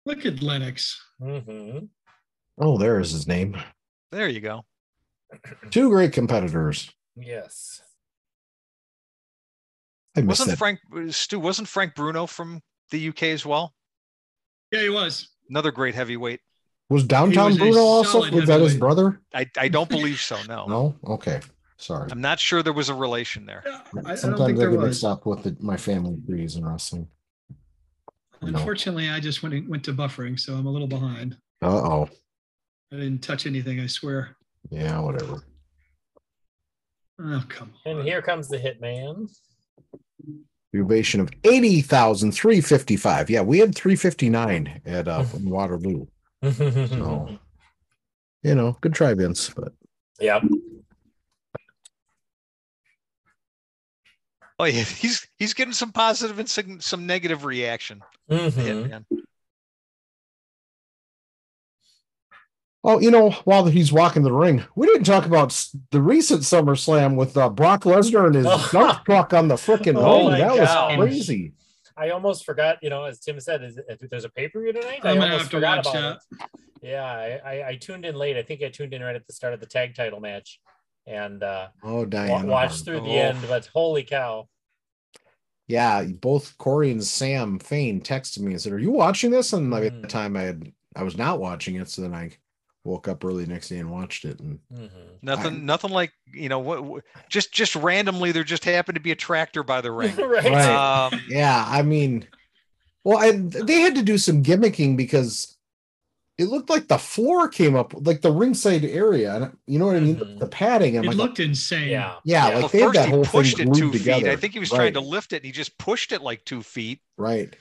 Speaker 3: Look at Lennox.
Speaker 2: Mm-hmm.
Speaker 4: Oh, there is his name.
Speaker 5: There you go.
Speaker 4: Two great competitors.
Speaker 2: Yes.
Speaker 4: I
Speaker 5: wasn't
Speaker 4: that.
Speaker 5: Frank uh, Stu? Wasn't Frank Bruno from the UK as well?
Speaker 3: Yeah, he was
Speaker 5: another great heavyweight.
Speaker 4: Was downtown was Bruno also? Was that his brother?
Speaker 5: I, I don't believe so. No.
Speaker 4: no. Okay. Sorry.
Speaker 5: I'm not sure there was a relation there.
Speaker 3: Yeah, I,
Speaker 4: Sometimes
Speaker 3: I, I
Speaker 4: get mixed up with the, my family trees and wrestling.
Speaker 3: Unfortunately, I just went went to buffering, so I'm a little behind.
Speaker 4: Uh oh.
Speaker 3: I didn't touch anything. I swear.
Speaker 4: Yeah. Whatever.
Speaker 3: Oh come
Speaker 2: on. And here comes the hitman
Speaker 4: ovation of 80,355. Yeah, we had 359 at uh, Waterloo.
Speaker 2: Hmm.
Speaker 4: so, you know, good try, Vince. But
Speaker 2: yeah.
Speaker 5: Oh yeah, he's he's getting some positive and some, some negative reaction.
Speaker 4: Mm-hmm.
Speaker 2: Mhm.
Speaker 5: Hitman.
Speaker 4: Oh, you know, while he's walking the ring, we didn't talk about s- the recent SummerSlam with uh, Brock Lesnar and his dump truck on the freaking
Speaker 2: Oh
Speaker 4: ring.
Speaker 2: my
Speaker 4: That
Speaker 2: gosh.
Speaker 4: was crazy.
Speaker 2: I almost forgot, you know, as Tim said, is, if there's a pay per view tonight, I
Speaker 3: I'm
Speaker 2: almost
Speaker 3: gonna have to
Speaker 2: forgot
Speaker 3: watch
Speaker 2: about it. Yeah, I, I, I tuned in late. I think I tuned in right at the start of the tag title match and uh,
Speaker 4: Oh,
Speaker 2: wa-
Speaker 4: Diane.
Speaker 2: watched through the
Speaker 5: Oh.
Speaker 2: end, but holy cow.
Speaker 4: Yeah, both Corey and Sam Fain texted me and said, "Are you watching this?" And like at the
Speaker 5: Hmm.
Speaker 2: Mhm.
Speaker 4: time, I had I was not watching it, so then I woke up early the next day and watched it. And
Speaker 2: Mhm.
Speaker 5: Nothing, nothing like you know what, what- Just just randomly, there just happened to be a tractor by the ring.
Speaker 2: right.
Speaker 4: Right.
Speaker 5: Um,
Speaker 4: yeah, I mean, well, I, they had to do some gimmicking because it looked like the floor came up, like the ringside area. and You know what I mean? The-
Speaker 2: Mhm.
Speaker 4: The,
Speaker 5: Mm-hmm.
Speaker 4: padding.
Speaker 3: It
Speaker 4: I'm like,
Speaker 3: looked insane.
Speaker 2: Yeah.
Speaker 4: yeah,
Speaker 5: well,
Speaker 4: like they had
Speaker 5: first
Speaker 4: that
Speaker 5: he
Speaker 4: whole
Speaker 5: pushed
Speaker 4: thing
Speaker 5: it two
Speaker 4: glued
Speaker 5: feet.
Speaker 4: together.
Speaker 5: I think he was trying to lift it, and he just pushed it like two feet,
Speaker 4: Right.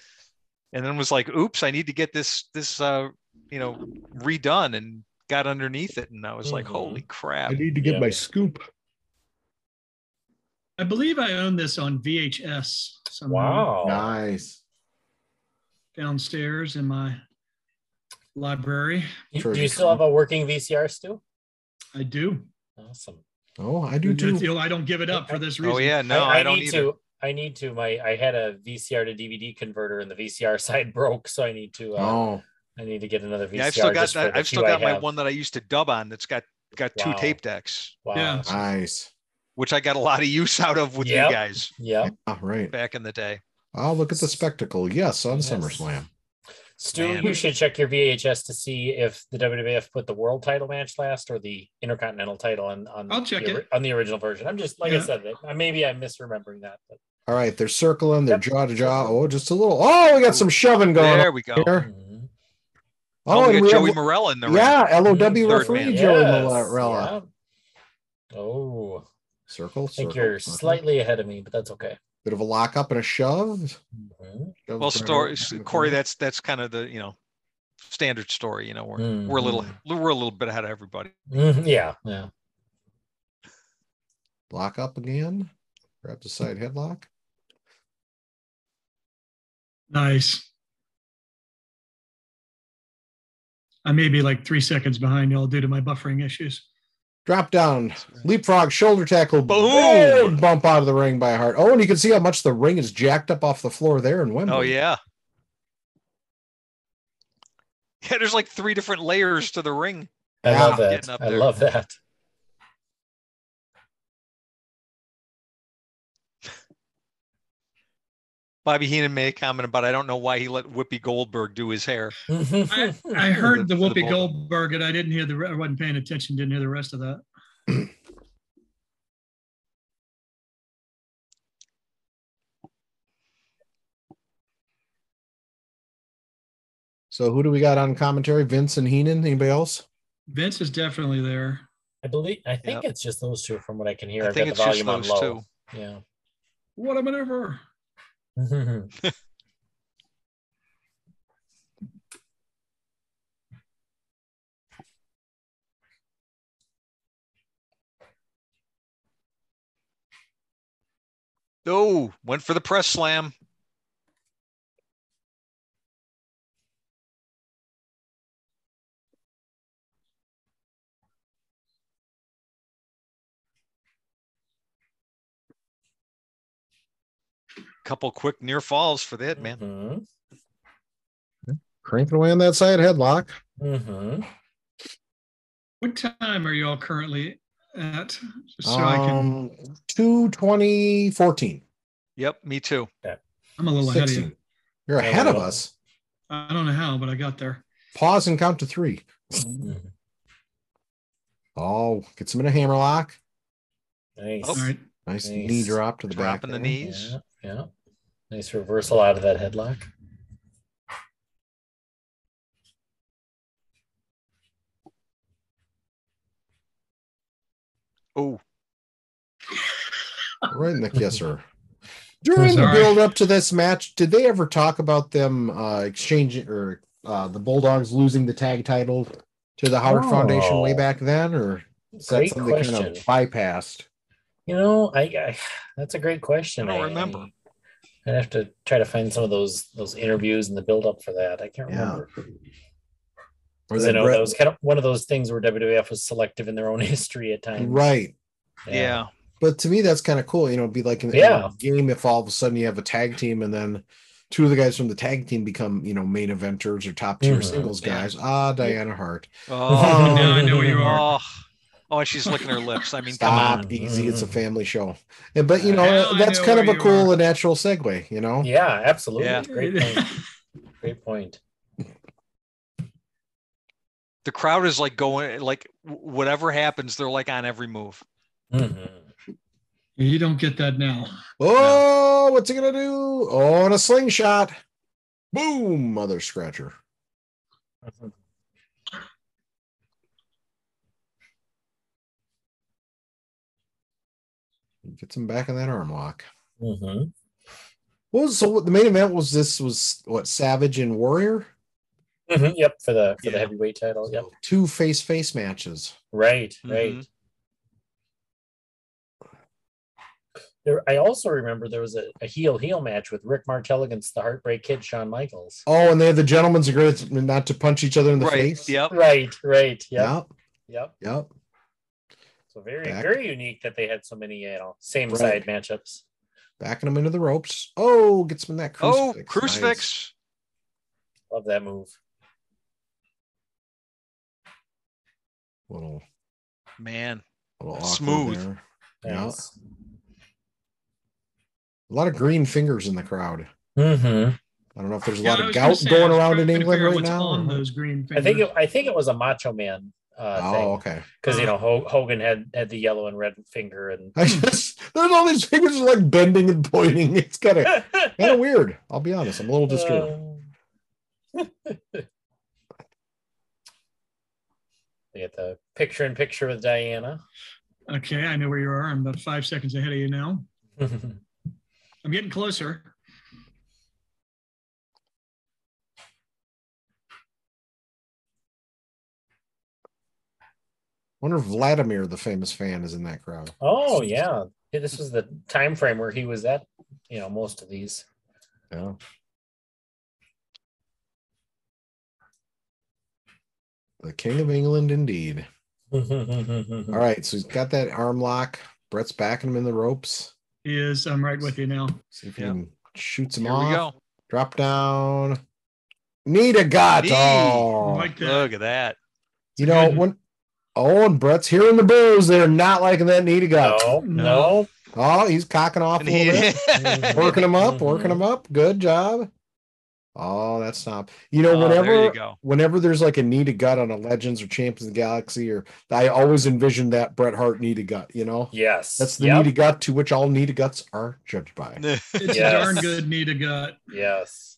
Speaker 5: and then was like, "Oops, I need to get this this uh, you know redone," and got underneath it, and I was like,
Speaker 2: Mhm.
Speaker 5: "Holy crap!"
Speaker 4: need to
Speaker 2: get Yeah. my
Speaker 4: scoop.
Speaker 3: I believe I own this on VHS
Speaker 5: Um,
Speaker 3: somewhere
Speaker 2: Wow.
Speaker 4: Nice.
Speaker 3: downstairs in my library.
Speaker 2: You-
Speaker 4: Sure.
Speaker 2: do you still have a working VCR, Stu?
Speaker 3: I do.
Speaker 2: Awesome.
Speaker 4: Oh, I do
Speaker 3: I
Speaker 4: too.
Speaker 3: feel I don't give it up for this reason.
Speaker 5: Oh yeah, no, I, don't
Speaker 2: need
Speaker 5: either.
Speaker 2: to. I need to. My I had a VCR to DVD converter, and the VCR side broke, so I need to. Uh,
Speaker 4: Oh,
Speaker 2: I need to get another VCR.
Speaker 5: Yeah, I've still
Speaker 2: just
Speaker 5: got
Speaker 2: for the
Speaker 5: I've still
Speaker 2: few I
Speaker 5: got my
Speaker 2: have.
Speaker 5: one that I used to dub on that's got got two
Speaker 2: Wow.
Speaker 5: tape decks,
Speaker 2: Wow.
Speaker 3: Yeah.
Speaker 4: nice.
Speaker 5: which I got a lot of use out of with
Speaker 2: Yep.
Speaker 5: you guys
Speaker 2: Yeah.
Speaker 4: All right.
Speaker 5: back in the day.
Speaker 4: Oh, look at the spectacle. Yes, on
Speaker 2: Yes.
Speaker 4: SummerSlam.
Speaker 2: Stu,
Speaker 5: Man.
Speaker 2: you should check your VHS to see if the WWF put the world title match last or the Intercontinental title on on,
Speaker 3: I'll check
Speaker 2: the,
Speaker 3: it.
Speaker 2: on the original version. I'm just like I
Speaker 3: Yeah.
Speaker 2: said, that- maybe I'm misremembering that. But,
Speaker 4: All right, they're circling, they're
Speaker 2: Yep.
Speaker 4: jaw to jaw. Oh, just a little. Oh, we got some shoving going
Speaker 5: There
Speaker 4: on
Speaker 5: we go.
Speaker 4: here.
Speaker 2: Mhm.
Speaker 5: Oh,
Speaker 4: Oh,
Speaker 5: we
Speaker 4: and
Speaker 5: got
Speaker 4: we
Speaker 5: Joey
Speaker 4: have,
Speaker 5: Morella in the ring.
Speaker 4: yeah, LOW
Speaker 2: Third
Speaker 4: referee
Speaker 5: man.
Speaker 4: Joey
Speaker 2: Yes,
Speaker 4: Morella.
Speaker 2: yeah. Oh,
Speaker 4: Circle,
Speaker 2: I think
Speaker 4: circle.
Speaker 2: you're
Speaker 4: circle.
Speaker 2: slightly ahead of me, but that's okay.
Speaker 4: bit of a lockup and a shove.
Speaker 2: Mhm.
Speaker 4: Shoves
Speaker 5: Well,
Speaker 4: right
Speaker 5: story
Speaker 4: up in the
Speaker 5: Corey,
Speaker 4: corner.
Speaker 5: that's that's kind of the you know standard story. You know, we're
Speaker 2: Mm,
Speaker 5: we're a little
Speaker 2: mm.
Speaker 5: we're a little bit ahead of everybody.
Speaker 2: Mhm, Yeah, yeah.
Speaker 4: lock up again. Grab the side headlock.
Speaker 3: Nice. I may be like three seconds behind y'all due to my buffering issues.
Speaker 4: Drop down, leapfrog, shoulder tackle,
Speaker 5: Boom!
Speaker 4: big bump out of the ring by Hart. Oh, and you can see how much the ring is jacked up off the floor there in Wembley.
Speaker 5: Oh yeah. Yeah, there's like three different layers to the ring.
Speaker 2: I
Speaker 4: Yeah.
Speaker 2: love that.
Speaker 5: Getting up
Speaker 2: I
Speaker 5: there.
Speaker 2: love that.
Speaker 5: Bobby Heenan made a comment about I don't know why he let Whoopi Goldberg do his hair.
Speaker 3: I, I
Speaker 2: Mm-hmm.
Speaker 3: heard the
Speaker 5: For the
Speaker 3: Whoopi
Speaker 5: ball.
Speaker 3: Goldberg, and I didn't hear the. I wasn't paying attention. Didn't hear the rest of that.
Speaker 4: So who do we got on commentary? Vince and Heenan. Anybody else?
Speaker 3: Vince is definitely there.
Speaker 2: I believe. I think it's just those two, from what I can hear.
Speaker 5: I
Speaker 2: I've
Speaker 5: think
Speaker 2: got
Speaker 5: it's
Speaker 2: the
Speaker 5: just
Speaker 2: volume on
Speaker 5: those
Speaker 2: low.
Speaker 5: two.
Speaker 2: Yeah.
Speaker 3: What a maneuver!
Speaker 2: Mhm.
Speaker 5: Oh, went for the press slam. Couple quick near falls for the hitman.
Speaker 2: Mhm.
Speaker 4: Cranking away on that side headlock.
Speaker 2: Mhm.
Speaker 3: What time are y'all currently at? Just so I can.
Speaker 4: um, two twenty fourteen.
Speaker 5: Yep, me too.
Speaker 3: I'm a little ahead of you.
Speaker 4: 16. You're
Speaker 2: Yeah,
Speaker 4: ahead of
Speaker 2: well.
Speaker 4: us.
Speaker 3: I don't know how, but I got there.
Speaker 4: Pause and count to three.
Speaker 2: Mhm.
Speaker 4: Oh, gets him in a hammer lock.
Speaker 2: Nice.
Speaker 5: Oh,
Speaker 3: All right.
Speaker 4: Nice
Speaker 2: Nice.
Speaker 4: knee drop to the back.
Speaker 5: Dropping the
Speaker 4: there.
Speaker 5: knees.
Speaker 2: Yeah, yeah. Nice reversal out of that headlock.
Speaker 5: Oh,
Speaker 4: Right in the kisser. During the
Speaker 3: Sorry.
Speaker 4: build up to this match, did they ever talk about them uh exchanging or uh the Bulldogs losing the tag title to the Howard Foundation way
Speaker 2: Oh.
Speaker 4: back then? Or is that
Speaker 2: Great
Speaker 4: something they kind
Speaker 2: question.
Speaker 4: of bypassed?
Speaker 2: You know, I, I that's a great question.
Speaker 5: I don't remember.
Speaker 2: I, would have to try to find some of those those interviews and the build up for that. I can't
Speaker 4: Yeah.
Speaker 2: remember.
Speaker 4: Or
Speaker 2: 'Cause I
Speaker 4: that
Speaker 2: know
Speaker 4: Brett-
Speaker 2: that was kind of one of those things where WWF was selective in their own history at times.
Speaker 4: right.
Speaker 5: yeah.
Speaker 4: But to me, that's kind of cool. You know, it'd be like an
Speaker 2: Yeah.
Speaker 4: a game if all of a sudden you have a tag team and then two of the guys from the tag team become, you know, main eventers or top tier
Speaker 2: Mhm.
Speaker 4: singles
Speaker 5: Yeah.
Speaker 4: guys. Ah, Diana Hart.
Speaker 5: Oh,
Speaker 3: now I know where you are.
Speaker 5: oh, oh, and she's licking her lips. I mean, come on.
Speaker 4: Stop
Speaker 2: on.
Speaker 4: easy. It's a family show. Yeah, but, you know,
Speaker 3: Now I
Speaker 4: that's
Speaker 3: know
Speaker 4: kind of
Speaker 3: where
Speaker 4: a
Speaker 3: you
Speaker 4: cool and natural segue, you know?
Speaker 2: Yeah, absolutely.
Speaker 5: Yeah.
Speaker 2: Great point. Great point.
Speaker 5: The crowd is like going, like w- whatever happens, they're like on every move.
Speaker 2: Mhm.
Speaker 3: you don't get that now.
Speaker 4: Oh, what's he going to do? Oh, and a slingshot. Boom, mother scratcher. Gets him back in that arm lock.
Speaker 2: Mhm.
Speaker 4: What was so what the main event was this was what Savage and Warrior?
Speaker 2: Mhm. Yep, for the for the
Speaker 5: Yeah.
Speaker 2: heavyweight title. Yep.
Speaker 4: Two face face matches.
Speaker 2: Right,
Speaker 5: Mhm.
Speaker 2: right. There, I also remember there was a, a heel heel match with Rick Martel against the Heartbreak Kid Shawn Michaels.
Speaker 4: Oh, and they had the gentleman's agreement not to punch each other in the
Speaker 5: right.
Speaker 4: face.
Speaker 5: Yep.
Speaker 2: Right, right. Yep,
Speaker 4: Yep.
Speaker 2: yep.
Speaker 4: Yep.
Speaker 2: So very,
Speaker 4: Back.
Speaker 2: very unique that they had so many, you know, same
Speaker 4: Right.
Speaker 2: side matchups.
Speaker 4: Backing them into the ropes. Oh, gets them in that
Speaker 5: Oh,
Speaker 4: crucifix. Nice.
Speaker 5: crucifix.
Speaker 2: Love that move.
Speaker 4: Little,
Speaker 5: Man,
Speaker 4: little awkward
Speaker 5: Smooth.
Speaker 4: there. Yeah.
Speaker 2: Yes.
Speaker 4: A lot of green fingers in the crowd.
Speaker 2: Mm-hmm.
Speaker 4: I don't know if there's a
Speaker 3: Yeah,
Speaker 4: lot
Speaker 3: I
Speaker 4: of
Speaker 3: was gonna
Speaker 4: gout
Speaker 3: say, I
Speaker 4: going
Speaker 3: was
Speaker 4: around
Speaker 3: trying
Speaker 4: in
Speaker 3: to
Speaker 4: England
Speaker 3: figure out
Speaker 4: right
Speaker 3: what's
Speaker 4: now. or
Speaker 3: on
Speaker 4: not.
Speaker 3: those green
Speaker 2: I
Speaker 3: fingers.
Speaker 2: think it, I think it was a Macho Man uh,
Speaker 4: oh, okay.
Speaker 2: because you know Ho- Hogan had had the yellow and red finger and
Speaker 4: I just there's all these fingers like bending and pointing. It's kind of kind of weird. I'll be honest. I'm a little disturbed.
Speaker 3: Uh,
Speaker 2: Um, we get the picture in picture with Diana.
Speaker 3: Okay, I know where you are. I'm about five seconds ahead of you now. I'm getting closer.
Speaker 4: wonder if Vladimir, the famous fan, is in that crowd.
Speaker 2: oh yeah. Yeah, This was the time frame where he was at, you know, most of these.
Speaker 4: Yeah. The King of England, indeed. All right, so he's got that arm lock. Brett's backing him in the ropes.
Speaker 3: He is. I'm right with you now.
Speaker 4: See if
Speaker 5: Yeah.
Speaker 4: he can shoots him
Speaker 5: Here
Speaker 4: off.
Speaker 5: we go.
Speaker 4: Drop down. Need a gut.
Speaker 5: Knee.
Speaker 4: Oh,
Speaker 3: Like that.
Speaker 5: Look at that.
Speaker 4: you know
Speaker 3: good.
Speaker 4: when. Oh, and Brett's hearing the booze. They're not liking that need a gut.
Speaker 2: No, no.
Speaker 4: Oh, he's cocking off
Speaker 5: And
Speaker 4: a little bit.
Speaker 5: he,
Speaker 4: working them up,
Speaker 2: Mhm.
Speaker 4: working them up. Good job. Oh, that's not. You know,
Speaker 5: Oh,
Speaker 4: whenever
Speaker 5: there you go.
Speaker 4: whenever there's like a need a gut on a Legends or Champions of the Galaxy, or I always envision that Bret Hart need a gut. You know,
Speaker 2: Yes.
Speaker 4: that's the
Speaker 2: Yep.
Speaker 4: need a gut to which all need a guts are judged by.
Speaker 3: It's
Speaker 2: Yes.
Speaker 3: a
Speaker 5: Oh,
Speaker 3: darn good need a gut.
Speaker 2: Yes.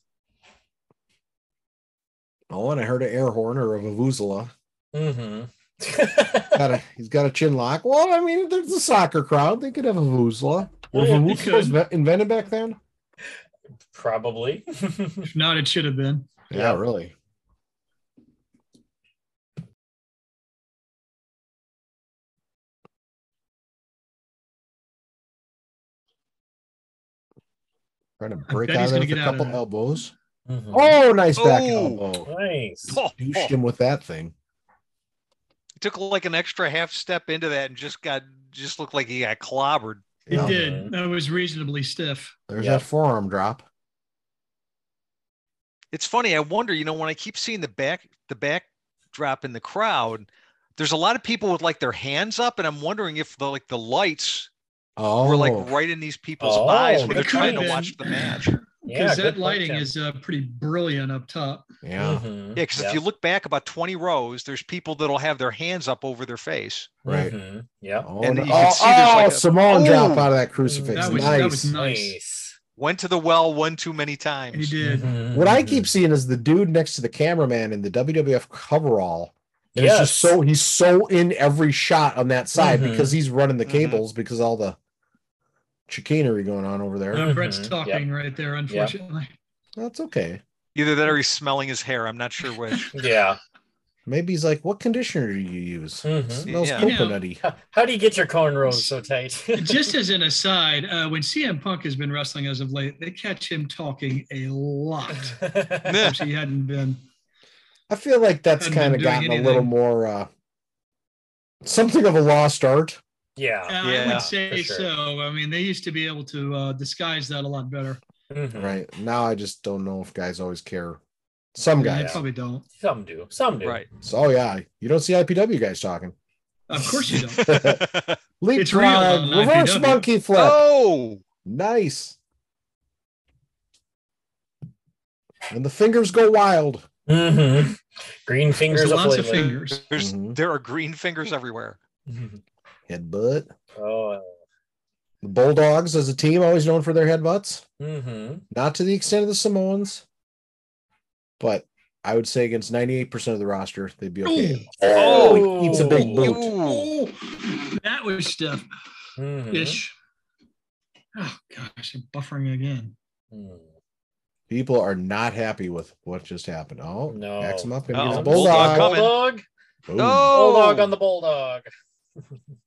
Speaker 4: Oh, and I heard an air horn or a vuvuzela.
Speaker 2: hmm
Speaker 4: Got a, he's got a chin lock. Well, I mean, there's a soccer crowd. They could have a vuvuzela. Were
Speaker 2: Yeah, they
Speaker 4: vuvuzelas ve- invented back then?
Speaker 2: Probably.
Speaker 3: If not, it should have been.
Speaker 4: Yeah, really. Trying to break
Speaker 3: bet
Speaker 4: out
Speaker 3: he's
Speaker 4: of there
Speaker 3: gonna
Speaker 4: with a
Speaker 3: get out of
Speaker 4: couple
Speaker 3: that.
Speaker 4: elbows.
Speaker 2: Mhm.
Speaker 4: Oh, nice back
Speaker 5: Oh.
Speaker 4: elbow.
Speaker 2: nice.
Speaker 5: Oh,
Speaker 4: Douched
Speaker 5: oh.
Speaker 4: him with that thing.
Speaker 5: took like an extra half step into that and just got just looked like he got clobbered.
Speaker 3: He
Speaker 4: Yeah,
Speaker 3: did. That was reasonably stiff.
Speaker 4: There's
Speaker 2: Yeah.
Speaker 4: that forearm drop.
Speaker 5: It's funny. I wonder, you know, when I keep seeing the back the backdrop in the crowd, there's a lot of people with like their hands up, and I'm wondering if the like the lights
Speaker 4: Oh,
Speaker 5: were like right in these people's
Speaker 2: Oh,
Speaker 5: eyes when
Speaker 2: that
Speaker 5: they're
Speaker 2: could
Speaker 5: trying
Speaker 2: have
Speaker 5: to
Speaker 3: been.
Speaker 5: watch the match.
Speaker 2: Yeah,
Speaker 3: Because
Speaker 2: good
Speaker 3: that
Speaker 2: point,
Speaker 3: lighting
Speaker 2: Tim.
Speaker 3: is uh, pretty brilliant up top.
Speaker 4: yeah,
Speaker 2: Mhm.
Speaker 5: Yeah, because if you look back about 20 rows, there's people that'll have their hands up over their face.
Speaker 4: right.
Speaker 3: Mm-hmm.
Speaker 2: Mhm. Yeah.
Speaker 4: Oh,
Speaker 5: And
Speaker 4: no-
Speaker 5: you
Speaker 4: oh,
Speaker 5: can see there's like
Speaker 4: oh,
Speaker 5: a-
Speaker 4: Simone drop
Speaker 5: Ooh.
Speaker 4: out of that crucifix.
Speaker 3: That was
Speaker 4: nice.
Speaker 3: that was nice.
Speaker 2: Nice.
Speaker 5: Went to the well one too many
Speaker 3: He
Speaker 5: times.
Speaker 3: did.
Speaker 2: Mm-hmm.
Speaker 4: Mm-hmm. What I
Speaker 5: Mm-hmm.
Speaker 4: keep seeing is the dude next to the cameraman in the WWF coverall. And
Speaker 2: yes.
Speaker 4: It's just so he's so in every shot on that side
Speaker 2: Mhm.
Speaker 4: because he's running the
Speaker 5: Mhm.
Speaker 4: cables because all the chicanery going on over there.
Speaker 3: Uh, Brett's
Speaker 2: Mhm.
Speaker 3: talking right there, unfortunately.
Speaker 4: That's okay.
Speaker 5: Either that or he's smelling his hair. I'm not sure which.
Speaker 2: Yeah.
Speaker 4: Maybe he's like, what conditioner do you use?
Speaker 2: Mhm.
Speaker 4: It
Speaker 3: Mm-hmm.
Speaker 4: smells
Speaker 5: Yeah.
Speaker 3: You know,
Speaker 4: coconutty.
Speaker 2: How do you get your cornrows so tight?
Speaker 3: Just as an aside, uh, when CM Punk has been wrestling as of late, they catch him talking a lot. Perhaps he hadn't been.
Speaker 4: I feel like that's
Speaker 3: Hadn't
Speaker 4: kind of
Speaker 3: been doing
Speaker 4: gotten a little
Speaker 3: anything.
Speaker 4: more uh something of a lost art.
Speaker 2: yeah.
Speaker 3: Uh, I
Speaker 5: Yeah,
Speaker 3: would say
Speaker 2: for sure.
Speaker 3: so. I mean, they used to be able to uh, disguise that a lot better.
Speaker 2: Mhm.
Speaker 4: Right. Now I just don't know if guys always care. Some
Speaker 3: Yeah,
Speaker 4: guys.
Speaker 3: They probably don't.
Speaker 2: Some do. Some do.
Speaker 5: Right.
Speaker 4: So, oh yeah, you don't see IPW guys talking.
Speaker 3: Of course you don't.
Speaker 4: Leap
Speaker 3: It's real on
Speaker 4: reverse
Speaker 3: IPW.
Speaker 4: monkey flip.
Speaker 5: oh,
Speaker 4: Nice. And the fingers go wild.
Speaker 2: hmm Green
Speaker 3: There's
Speaker 2: fingers of
Speaker 3: lots
Speaker 2: flavor.
Speaker 3: of fingers.
Speaker 5: there's
Speaker 4: Mhm.
Speaker 5: there are green fingers everywhere.
Speaker 2: Mhm.
Speaker 4: Headbutt.
Speaker 2: Oh.
Speaker 4: The Bulldogs as a team always known for their headbutts.
Speaker 2: hmm
Speaker 4: Not to the extent of the Samoans, but I would say against 98% of the roster, they'd be okay.
Speaker 5: Oh,
Speaker 4: Eats a big boot.
Speaker 5: Ooh.
Speaker 3: Oh, that was stiff
Speaker 2: Mhm.
Speaker 3: ish. Oh gosh, I'm buffering again.
Speaker 2: Mm.
Speaker 4: People are not happy with what just happened. Oh,
Speaker 2: No.
Speaker 4: backs him up and
Speaker 5: Uh-oh.
Speaker 4: gets a bulldog.
Speaker 5: Bulldog coming.
Speaker 2: Bulldog.
Speaker 4: Boom.
Speaker 3: Oh.
Speaker 5: No.
Speaker 2: Bulldog on the bulldog.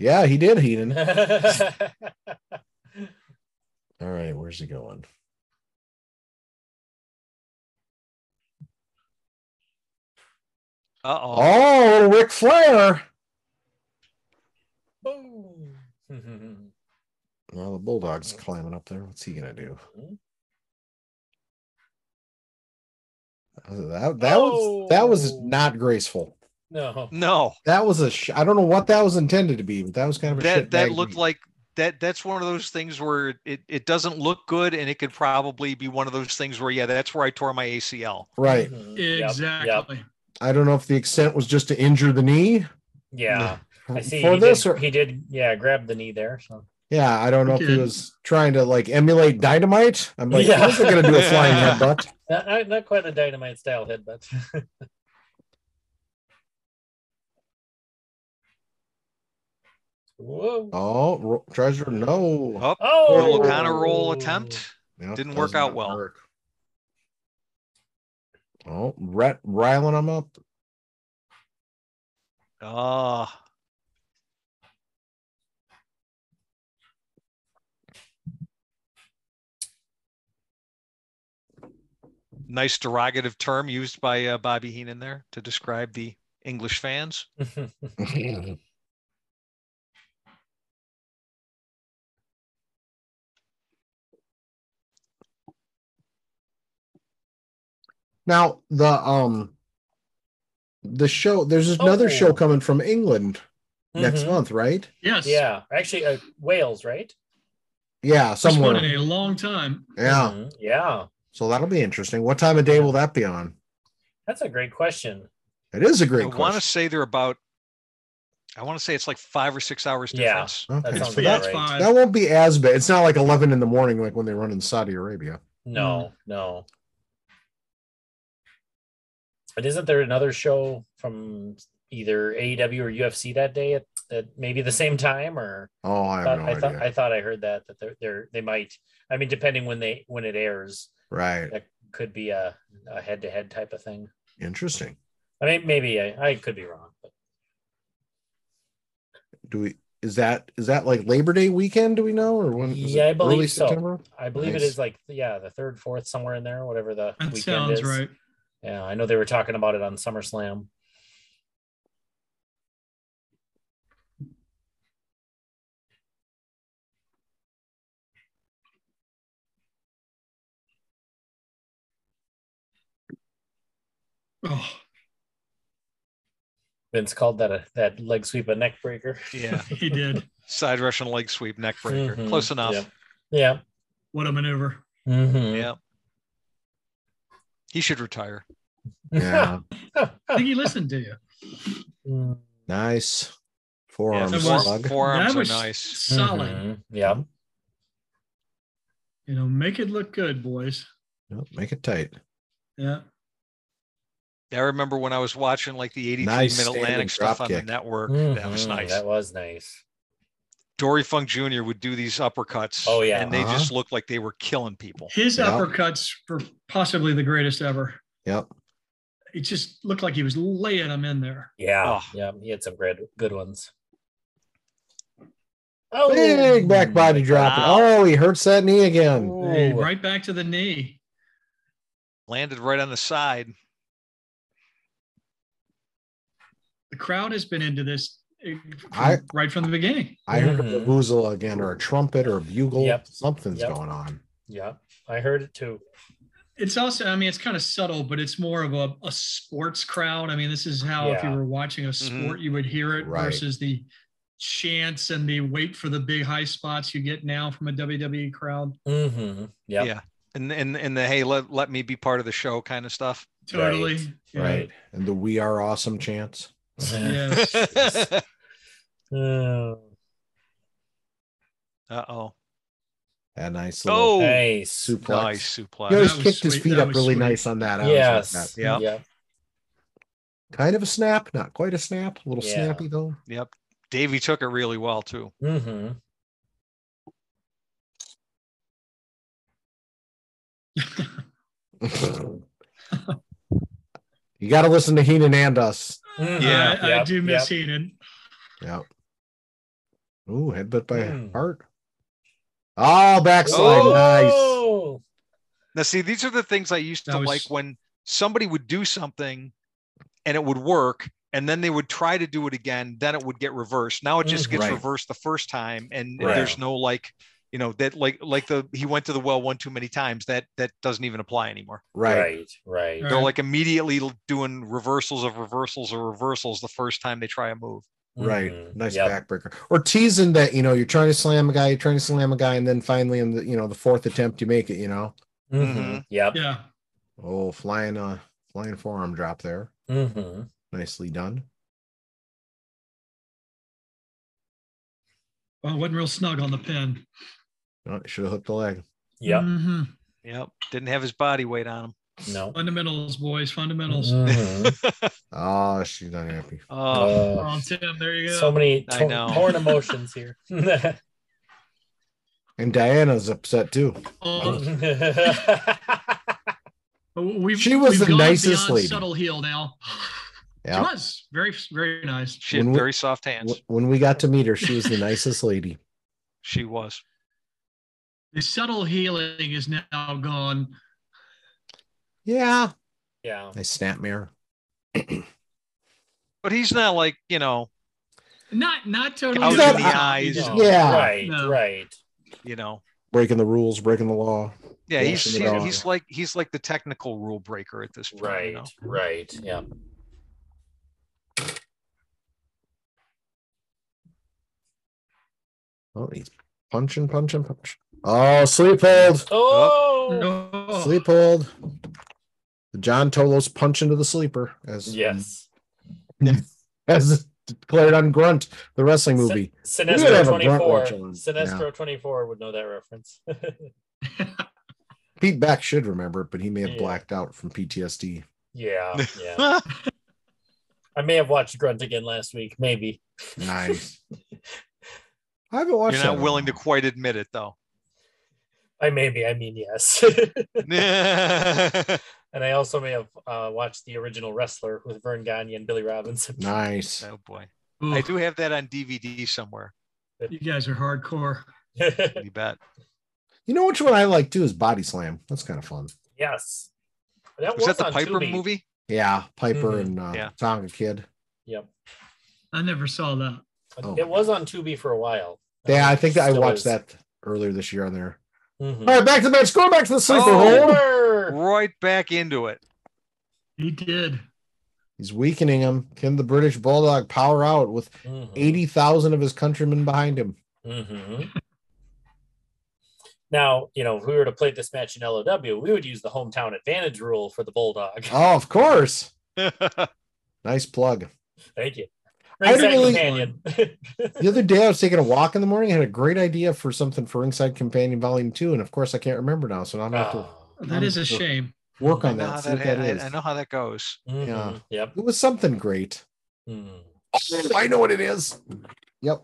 Speaker 4: Yeah, he did, Heenan.
Speaker 2: Mhm.
Speaker 4: All right, where's he going?
Speaker 5: Uh-oh.
Speaker 4: Oh, Ric Flair.
Speaker 2: Oh.
Speaker 4: Well, the Bulldog's climbing up there. What's he gonna do?
Speaker 2: Hmm?
Speaker 4: That that was that was
Speaker 2: Oh.
Speaker 4: not graceful.
Speaker 2: no.
Speaker 5: No.
Speaker 4: That was a sh- I don't know what that was intended to be, but that was kind of a
Speaker 5: That
Speaker 4: shit
Speaker 5: that
Speaker 4: bag
Speaker 5: looked
Speaker 4: beat.
Speaker 5: like that that's one of those things where it, it doesn't look good and it could probably be one of those things where yeah, that's where I tore my ACL.
Speaker 4: right.
Speaker 2: Mhm. Yep,
Speaker 3: Exactly.
Speaker 2: yep,
Speaker 4: I don't know if the extent was just to injure the knee
Speaker 2: Yeah. I see.
Speaker 4: for
Speaker 2: he
Speaker 4: this,
Speaker 2: did,
Speaker 4: or
Speaker 2: he did. Yeah, grab the knee there. So.
Speaker 4: yeah, I don't know
Speaker 3: He
Speaker 4: if he
Speaker 3: did.
Speaker 4: was trying to like emulate dynamite. I'm like,
Speaker 2: Yeah.
Speaker 4: yeah. he gonna do a flying
Speaker 5: Yeah.
Speaker 4: headbutt.
Speaker 2: Not, not, not quite a dynamite style headbutt. Whoa.
Speaker 4: Oh, ro- treasure, no,
Speaker 5: Oh,
Speaker 2: Oh,
Speaker 5: little kind of roll attempt.
Speaker 4: Nope,
Speaker 5: Didn't
Speaker 4: does
Speaker 5: work out
Speaker 4: not
Speaker 5: well.
Speaker 4: work. Oh, Rhett riling him up.
Speaker 5: Ah. Nice derogative term used by uh, Bobby Heenan there to describe the English fans.
Speaker 4: Now the um the show there's another
Speaker 2: Oh.
Speaker 4: show coming from England next
Speaker 2: Mhm.
Speaker 4: month, right?
Speaker 3: Yes.
Speaker 2: Yeah, actually, uh, Wales, right?
Speaker 4: Yeah,
Speaker 3: First one
Speaker 4: somewhere.
Speaker 3: in a long time.
Speaker 4: Yeah.
Speaker 2: Mhm. Yeah,
Speaker 4: So that'll be interesting. What time of day will that be on?
Speaker 2: that's a great question.
Speaker 4: It is a
Speaker 5: I
Speaker 4: great
Speaker 5: want to
Speaker 4: question.
Speaker 5: say they're about. I want to say it's like five or six hours
Speaker 2: Yeah.
Speaker 5: difference.
Speaker 2: That
Speaker 4: Okay.
Speaker 2: sounds
Speaker 4: So
Speaker 2: about
Speaker 3: That's
Speaker 2: right.
Speaker 3: fine.
Speaker 4: That won't be as bad. It's not like 11 in the morning like when they run in Saudi Arabia.
Speaker 2: No, no. But isn't there another show from either AEW or UFC that day at, at maybe the same time? Or
Speaker 4: Oh, I
Speaker 2: I
Speaker 4: have no
Speaker 2: thought, Uh, I, thought
Speaker 4: idea.
Speaker 2: I thought I heard that that they're, they're they might. I mean, depending when they when it airs,
Speaker 4: right.
Speaker 2: that could be a a head to head type of thing.
Speaker 4: Interesting.
Speaker 2: I mean, maybe I, I could be wrong. But
Speaker 4: Do we is that is that like Labor Day weekend? Do we know or when? Is
Speaker 2: Yeah,
Speaker 4: it
Speaker 2: I believe
Speaker 4: early
Speaker 2: so.
Speaker 4: September?
Speaker 2: I believe it
Speaker 4: Nice.
Speaker 2: is like yeah, the third, fourth, somewhere in there, whatever the
Speaker 3: That
Speaker 2: weekend
Speaker 3: sounds
Speaker 2: is.
Speaker 3: right.
Speaker 2: Yeah, I know they were talking about it on SummerSlam.
Speaker 3: Oh,
Speaker 2: Vince called that a that leg sweep a neck breaker.
Speaker 5: Yeah.
Speaker 3: he did.
Speaker 5: Side Russian leg sweep, neck breaker.
Speaker 2: Mhm.
Speaker 5: Close enough.
Speaker 2: Yeah. Yeah.
Speaker 3: What a maneuver.
Speaker 2: Mhm.
Speaker 5: Yeah. He should retire.
Speaker 4: Yeah.
Speaker 3: I think he listened to you.
Speaker 2: Mhm.
Speaker 4: nice. Forearm
Speaker 3: that
Speaker 5: Fore-
Speaker 3: was-
Speaker 4: slug.
Speaker 5: forearms
Speaker 3: that
Speaker 5: are
Speaker 3: was
Speaker 5: nice.
Speaker 3: solid.
Speaker 2: Mm-hmm. Yeah.
Speaker 3: You know, make it look good, boys.
Speaker 4: Nope, make it tight.
Speaker 3: Yeah.
Speaker 5: I remember when I was watching like the 83
Speaker 4: Nice
Speaker 5: Mid Atlantic
Speaker 4: standing
Speaker 5: stuff
Speaker 4: drop
Speaker 5: on the
Speaker 4: kick.
Speaker 5: network. That was
Speaker 2: Mhm.
Speaker 5: nice.
Speaker 2: That was nice.
Speaker 5: Dory Funk Jr. would do these uppercuts.
Speaker 2: Oh, yeah.
Speaker 5: And they
Speaker 4: Uh-huh.
Speaker 5: just looked like they were killing people.
Speaker 3: His
Speaker 4: Yeah.
Speaker 3: uppercuts were possibly the greatest ever.
Speaker 4: Yep.
Speaker 3: it just looked like he was laying them in there.
Speaker 2: Yeah,
Speaker 5: Oh.
Speaker 2: yeah, he had some good good ones. Oh,
Speaker 4: Big back body drop.
Speaker 5: Wow.
Speaker 4: Oh, he hurts that knee again.
Speaker 3: Hey,
Speaker 2: Ooh.
Speaker 3: right back to the knee.
Speaker 5: Landed right on the side.
Speaker 3: The crowd has been into this eh, from-
Speaker 4: I-
Speaker 3: right from the beginning.
Speaker 4: I heard a
Speaker 2: Mhm.
Speaker 4: boozle again, or a trumpet, or a bugle.
Speaker 2: Yep.
Speaker 4: Something's
Speaker 2: Yep.
Speaker 4: going on.
Speaker 2: Yeah, I heard it too.
Speaker 3: It's also, I mean, it's kind of subtle, but it's more of a, a sports crowd. I mean, this is how if you
Speaker 2: Yeah. Mm-hmm.
Speaker 3: were watching a sport, you would hear it
Speaker 4: Right.
Speaker 3: versus the chants and the wait for the big high spots you get now from a WWE crowd.
Speaker 2: Mm-hmm. Yeah.
Speaker 5: Yeah. And and and the hey, let, let me be part of the show kind of stuff.
Speaker 3: Totally.
Speaker 2: Right.
Speaker 3: Yeah.
Speaker 4: Right. And the we are awesome chants.
Speaker 3: Yes.
Speaker 5: uh
Speaker 2: Mm.
Speaker 5: oh.
Speaker 4: That nice little
Speaker 5: Oh
Speaker 2: Nice.
Speaker 4: suplex.
Speaker 5: nice
Speaker 4: He
Speaker 5: suplex.
Speaker 4: always
Speaker 3: That was
Speaker 4: kicked his
Speaker 3: sweet.
Speaker 4: feet
Speaker 3: That
Speaker 4: up
Speaker 3: was
Speaker 4: really
Speaker 3: sweet.
Speaker 4: nice on that. I always
Speaker 2: Yes.
Speaker 4: like that.
Speaker 5: Yeah.
Speaker 2: Yeah.
Speaker 4: Kind of a snap, not quite a snap, a little
Speaker 2: Yeah.
Speaker 4: snappy though.
Speaker 5: Yep. Davey took it really well too.
Speaker 2: Mm-hmm.
Speaker 4: you got to listen to Heenan and us.
Speaker 2: Mm-hmm,
Speaker 5: Yeah,
Speaker 3: I, I do miss Heenan.
Speaker 4: Yep. Ooh, headbutt by
Speaker 2: Hmm.
Speaker 4: heart. Oh, backslide. Nice.
Speaker 2: Oh,
Speaker 5: Now see, these are the things I used
Speaker 3: That
Speaker 5: to
Speaker 3: was-
Speaker 5: like when somebody would do something and it would work and then they would try to do it again, then it would get reversed. Now it just
Speaker 2: Mhm.
Speaker 5: gets
Speaker 4: Right.
Speaker 5: reversed the first time and
Speaker 2: Right.
Speaker 5: there's no like you know that like like the he went to the well one too many times that that doesn't even apply anymore
Speaker 4: Right.
Speaker 2: right, right.
Speaker 3: Right.
Speaker 5: they're like immediately l- doing reversals of reversals or reversals the first time they try a move.
Speaker 4: Right.
Speaker 2: Mhm.
Speaker 4: Nice
Speaker 2: Yep.
Speaker 4: backbreaker. Or teasing that, you know, you're trying to slam a guy, you're trying to slam a guy, and then finally in the you know, the fourth attempt you make it, you know.
Speaker 3: Mm-hmm.
Speaker 2: Mhm. Yep.
Speaker 3: Yeah.
Speaker 4: Oh, flying uh flying forearm drop there.
Speaker 2: Mm-hmm.
Speaker 4: Nicely done.
Speaker 3: Well, Oh, it wasn't real snug on the pin.
Speaker 4: Oh, should have hooked the leg.
Speaker 2: Yep.
Speaker 3: Mhm.
Speaker 5: Yep, didn't have his body weight on
Speaker 2: No.
Speaker 3: Fundamentals, boys. Mm-hmm. Fundamentals.
Speaker 5: him.
Speaker 2: Mhm.
Speaker 4: Oh, she's not happy.
Speaker 5: oh,
Speaker 2: Uh,
Speaker 3: Oh, Tim, there you go.
Speaker 2: so many
Speaker 5: I
Speaker 2: tor-
Speaker 5: know.
Speaker 2: torn emotions here.
Speaker 4: And Diana's upset too.
Speaker 3: Oh,
Speaker 2: mm-hmm.
Speaker 3: we've,
Speaker 4: She was
Speaker 3: we've
Speaker 4: the
Speaker 3: gone
Speaker 4: nicest
Speaker 3: beyond
Speaker 4: lady.
Speaker 3: Subtle heel now.
Speaker 4: Yeah.
Speaker 3: She was very, very nice.
Speaker 5: she had
Speaker 4: When we-
Speaker 5: very soft hands.
Speaker 4: Wh- When we got to meet her, she was the nicest lady.
Speaker 5: she was.
Speaker 3: The subtle healing is now gone.
Speaker 4: Yeah.
Speaker 2: Yeah.
Speaker 4: Nice snap mirror.
Speaker 5: But he's not like you know,
Speaker 3: Not, not totally.
Speaker 5: Out
Speaker 4: in the
Speaker 3: different.
Speaker 5: eyes.
Speaker 3: No.
Speaker 2: No,
Speaker 4: Yeah.
Speaker 2: Oh, Right.
Speaker 3: No.
Speaker 2: Right.
Speaker 5: you know.
Speaker 4: Breaking the rules, breaking the law.
Speaker 5: Yeah,
Speaker 4: Yeah,
Speaker 5: he's
Speaker 4: she's
Speaker 5: he's,
Speaker 4: wrong.
Speaker 5: he's like he's like the technical rule breaker at this point. You
Speaker 2: Right.
Speaker 5: know?
Speaker 2: Right. Yeah.
Speaker 4: Oh, he's punching, punching, punch. Oh, sleep hold.
Speaker 2: Oh.
Speaker 3: No.
Speaker 4: Sleep hold. The John Tolos punch into the sleeper as
Speaker 2: Yes.
Speaker 4: as declared on Grunt, the wrestling
Speaker 2: Se-
Speaker 4: movie. gotta
Speaker 2: Sinestro
Speaker 4: have a
Speaker 2: twenty
Speaker 4: Grunt
Speaker 2: four.
Speaker 4: watch on.
Speaker 2: Sinestro twenty four would know that reference.
Speaker 4: Pete Beck should remember it, but he may have
Speaker 2: Yeah.
Speaker 4: blacked out from PTSD.
Speaker 2: yeah. Yeah. I may have watched Grunt again last week. Maybe.
Speaker 4: Nice. I haven't watched.
Speaker 5: You're
Speaker 4: that
Speaker 5: not
Speaker 4: in a
Speaker 5: willing to
Speaker 4: while.
Speaker 5: quite admit it though.
Speaker 2: I maybe. I mean yes.
Speaker 5: oh
Speaker 2: and I also may have uh, watched the original Wrestler with Vern Gagne and Billy Robinson.
Speaker 4: Nice.
Speaker 5: Oh, boy,
Speaker 3: Ooh,
Speaker 5: I do have that on DVD somewhere.
Speaker 3: You guys are hardcore.
Speaker 5: You bet.
Speaker 4: You know which one I like too is Body Slam. That's kind of fun.
Speaker 2: yes. That
Speaker 5: Was that the
Speaker 2: on
Speaker 5: Piper
Speaker 2: Tubi.
Speaker 5: movie?
Speaker 4: Yeah, Piper
Speaker 2: Mhm.
Speaker 4: and uh,
Speaker 5: Yeah.
Speaker 4: Tonga Kid.
Speaker 2: Yep.
Speaker 3: I never saw that.
Speaker 4: Oh.
Speaker 2: It was on Tubi for a while.
Speaker 5: Um,
Speaker 4: Yeah, I think that I
Speaker 2: Still
Speaker 4: watched
Speaker 2: is.
Speaker 4: that earlier this year on there.
Speaker 2: Mhm.
Speaker 4: All right, back to the match. Going back to the sleeper
Speaker 5: Hmm. Oh.
Speaker 4: hold.
Speaker 2: Over.
Speaker 5: Right back into it.
Speaker 3: He did.
Speaker 4: He's weakening him. Can the British Bulldog power out with
Speaker 5: Hmm.
Speaker 2: Mhm.
Speaker 4: 80,000 of his countrymen behind him?
Speaker 2: Mhm. Now, you know, if we were to play this match in LOW, we would use the hometown advantage rule for the Bulldog.
Speaker 4: Oh, of course.
Speaker 5: yeah,
Speaker 4: Nice plug.
Speaker 2: Thank you.
Speaker 4: I
Speaker 2: Ringside
Speaker 4: really-
Speaker 2: companion.
Speaker 4: The other day I was taking a walk in the morning. I had a great idea for something for Inside Companion Volume 2. And of course, I can't remember now. So now I'm going to have
Speaker 2: Oh.
Speaker 3: That is a shame.
Speaker 4: to work
Speaker 5: I
Speaker 4: on
Speaker 5: know, how
Speaker 4: that. See
Speaker 5: that
Speaker 4: what that
Speaker 5: ha-
Speaker 4: is.
Speaker 5: I, I know how that goes.
Speaker 2: Mhm.
Speaker 4: Yeah.
Speaker 2: Yep.
Speaker 4: It was something great.
Speaker 2: Mhm.
Speaker 4: Oh, I know what it is. Yep.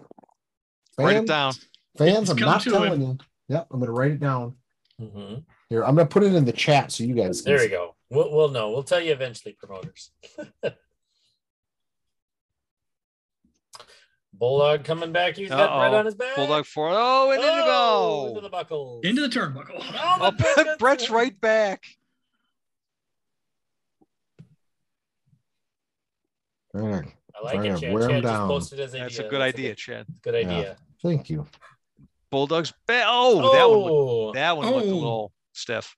Speaker 5: Write it
Speaker 4: Fan-
Speaker 5: down.
Speaker 4: Fans,
Speaker 3: It's
Speaker 4: I'm
Speaker 3: come
Speaker 4: not
Speaker 3: to
Speaker 4: telling you. Yep. I'm going to write it down.
Speaker 2: Mhm.
Speaker 4: Here, I'm going to put it in the chat so you guys
Speaker 2: There
Speaker 4: see.
Speaker 2: we go. We'll, we'll know. We'll tell you eventually, promoters. Bulldog coming back. He's got bread
Speaker 5: Uh-oh.
Speaker 2: on his back.
Speaker 5: Bulldog four. Oh, and in you
Speaker 2: Oh,
Speaker 5: go.
Speaker 2: Into the buckle.
Speaker 3: Into the turnbuckle.
Speaker 5: Oh, Brett- Brett's right back.
Speaker 4: All right.
Speaker 2: I like
Speaker 4: Trying
Speaker 2: it,
Speaker 4: to
Speaker 2: Chad.
Speaker 4: wear him
Speaker 2: Chad just
Speaker 4: down.
Speaker 2: posted his idea.
Speaker 5: That's a good idea, Chad.
Speaker 2: Good
Speaker 4: Yeah.
Speaker 2: idea.
Speaker 4: Thank you.
Speaker 5: Bulldog's back. Oh, that one. looked-
Speaker 2: Oh,
Speaker 5: That one looked a
Speaker 3: Oh.
Speaker 5: little stiff.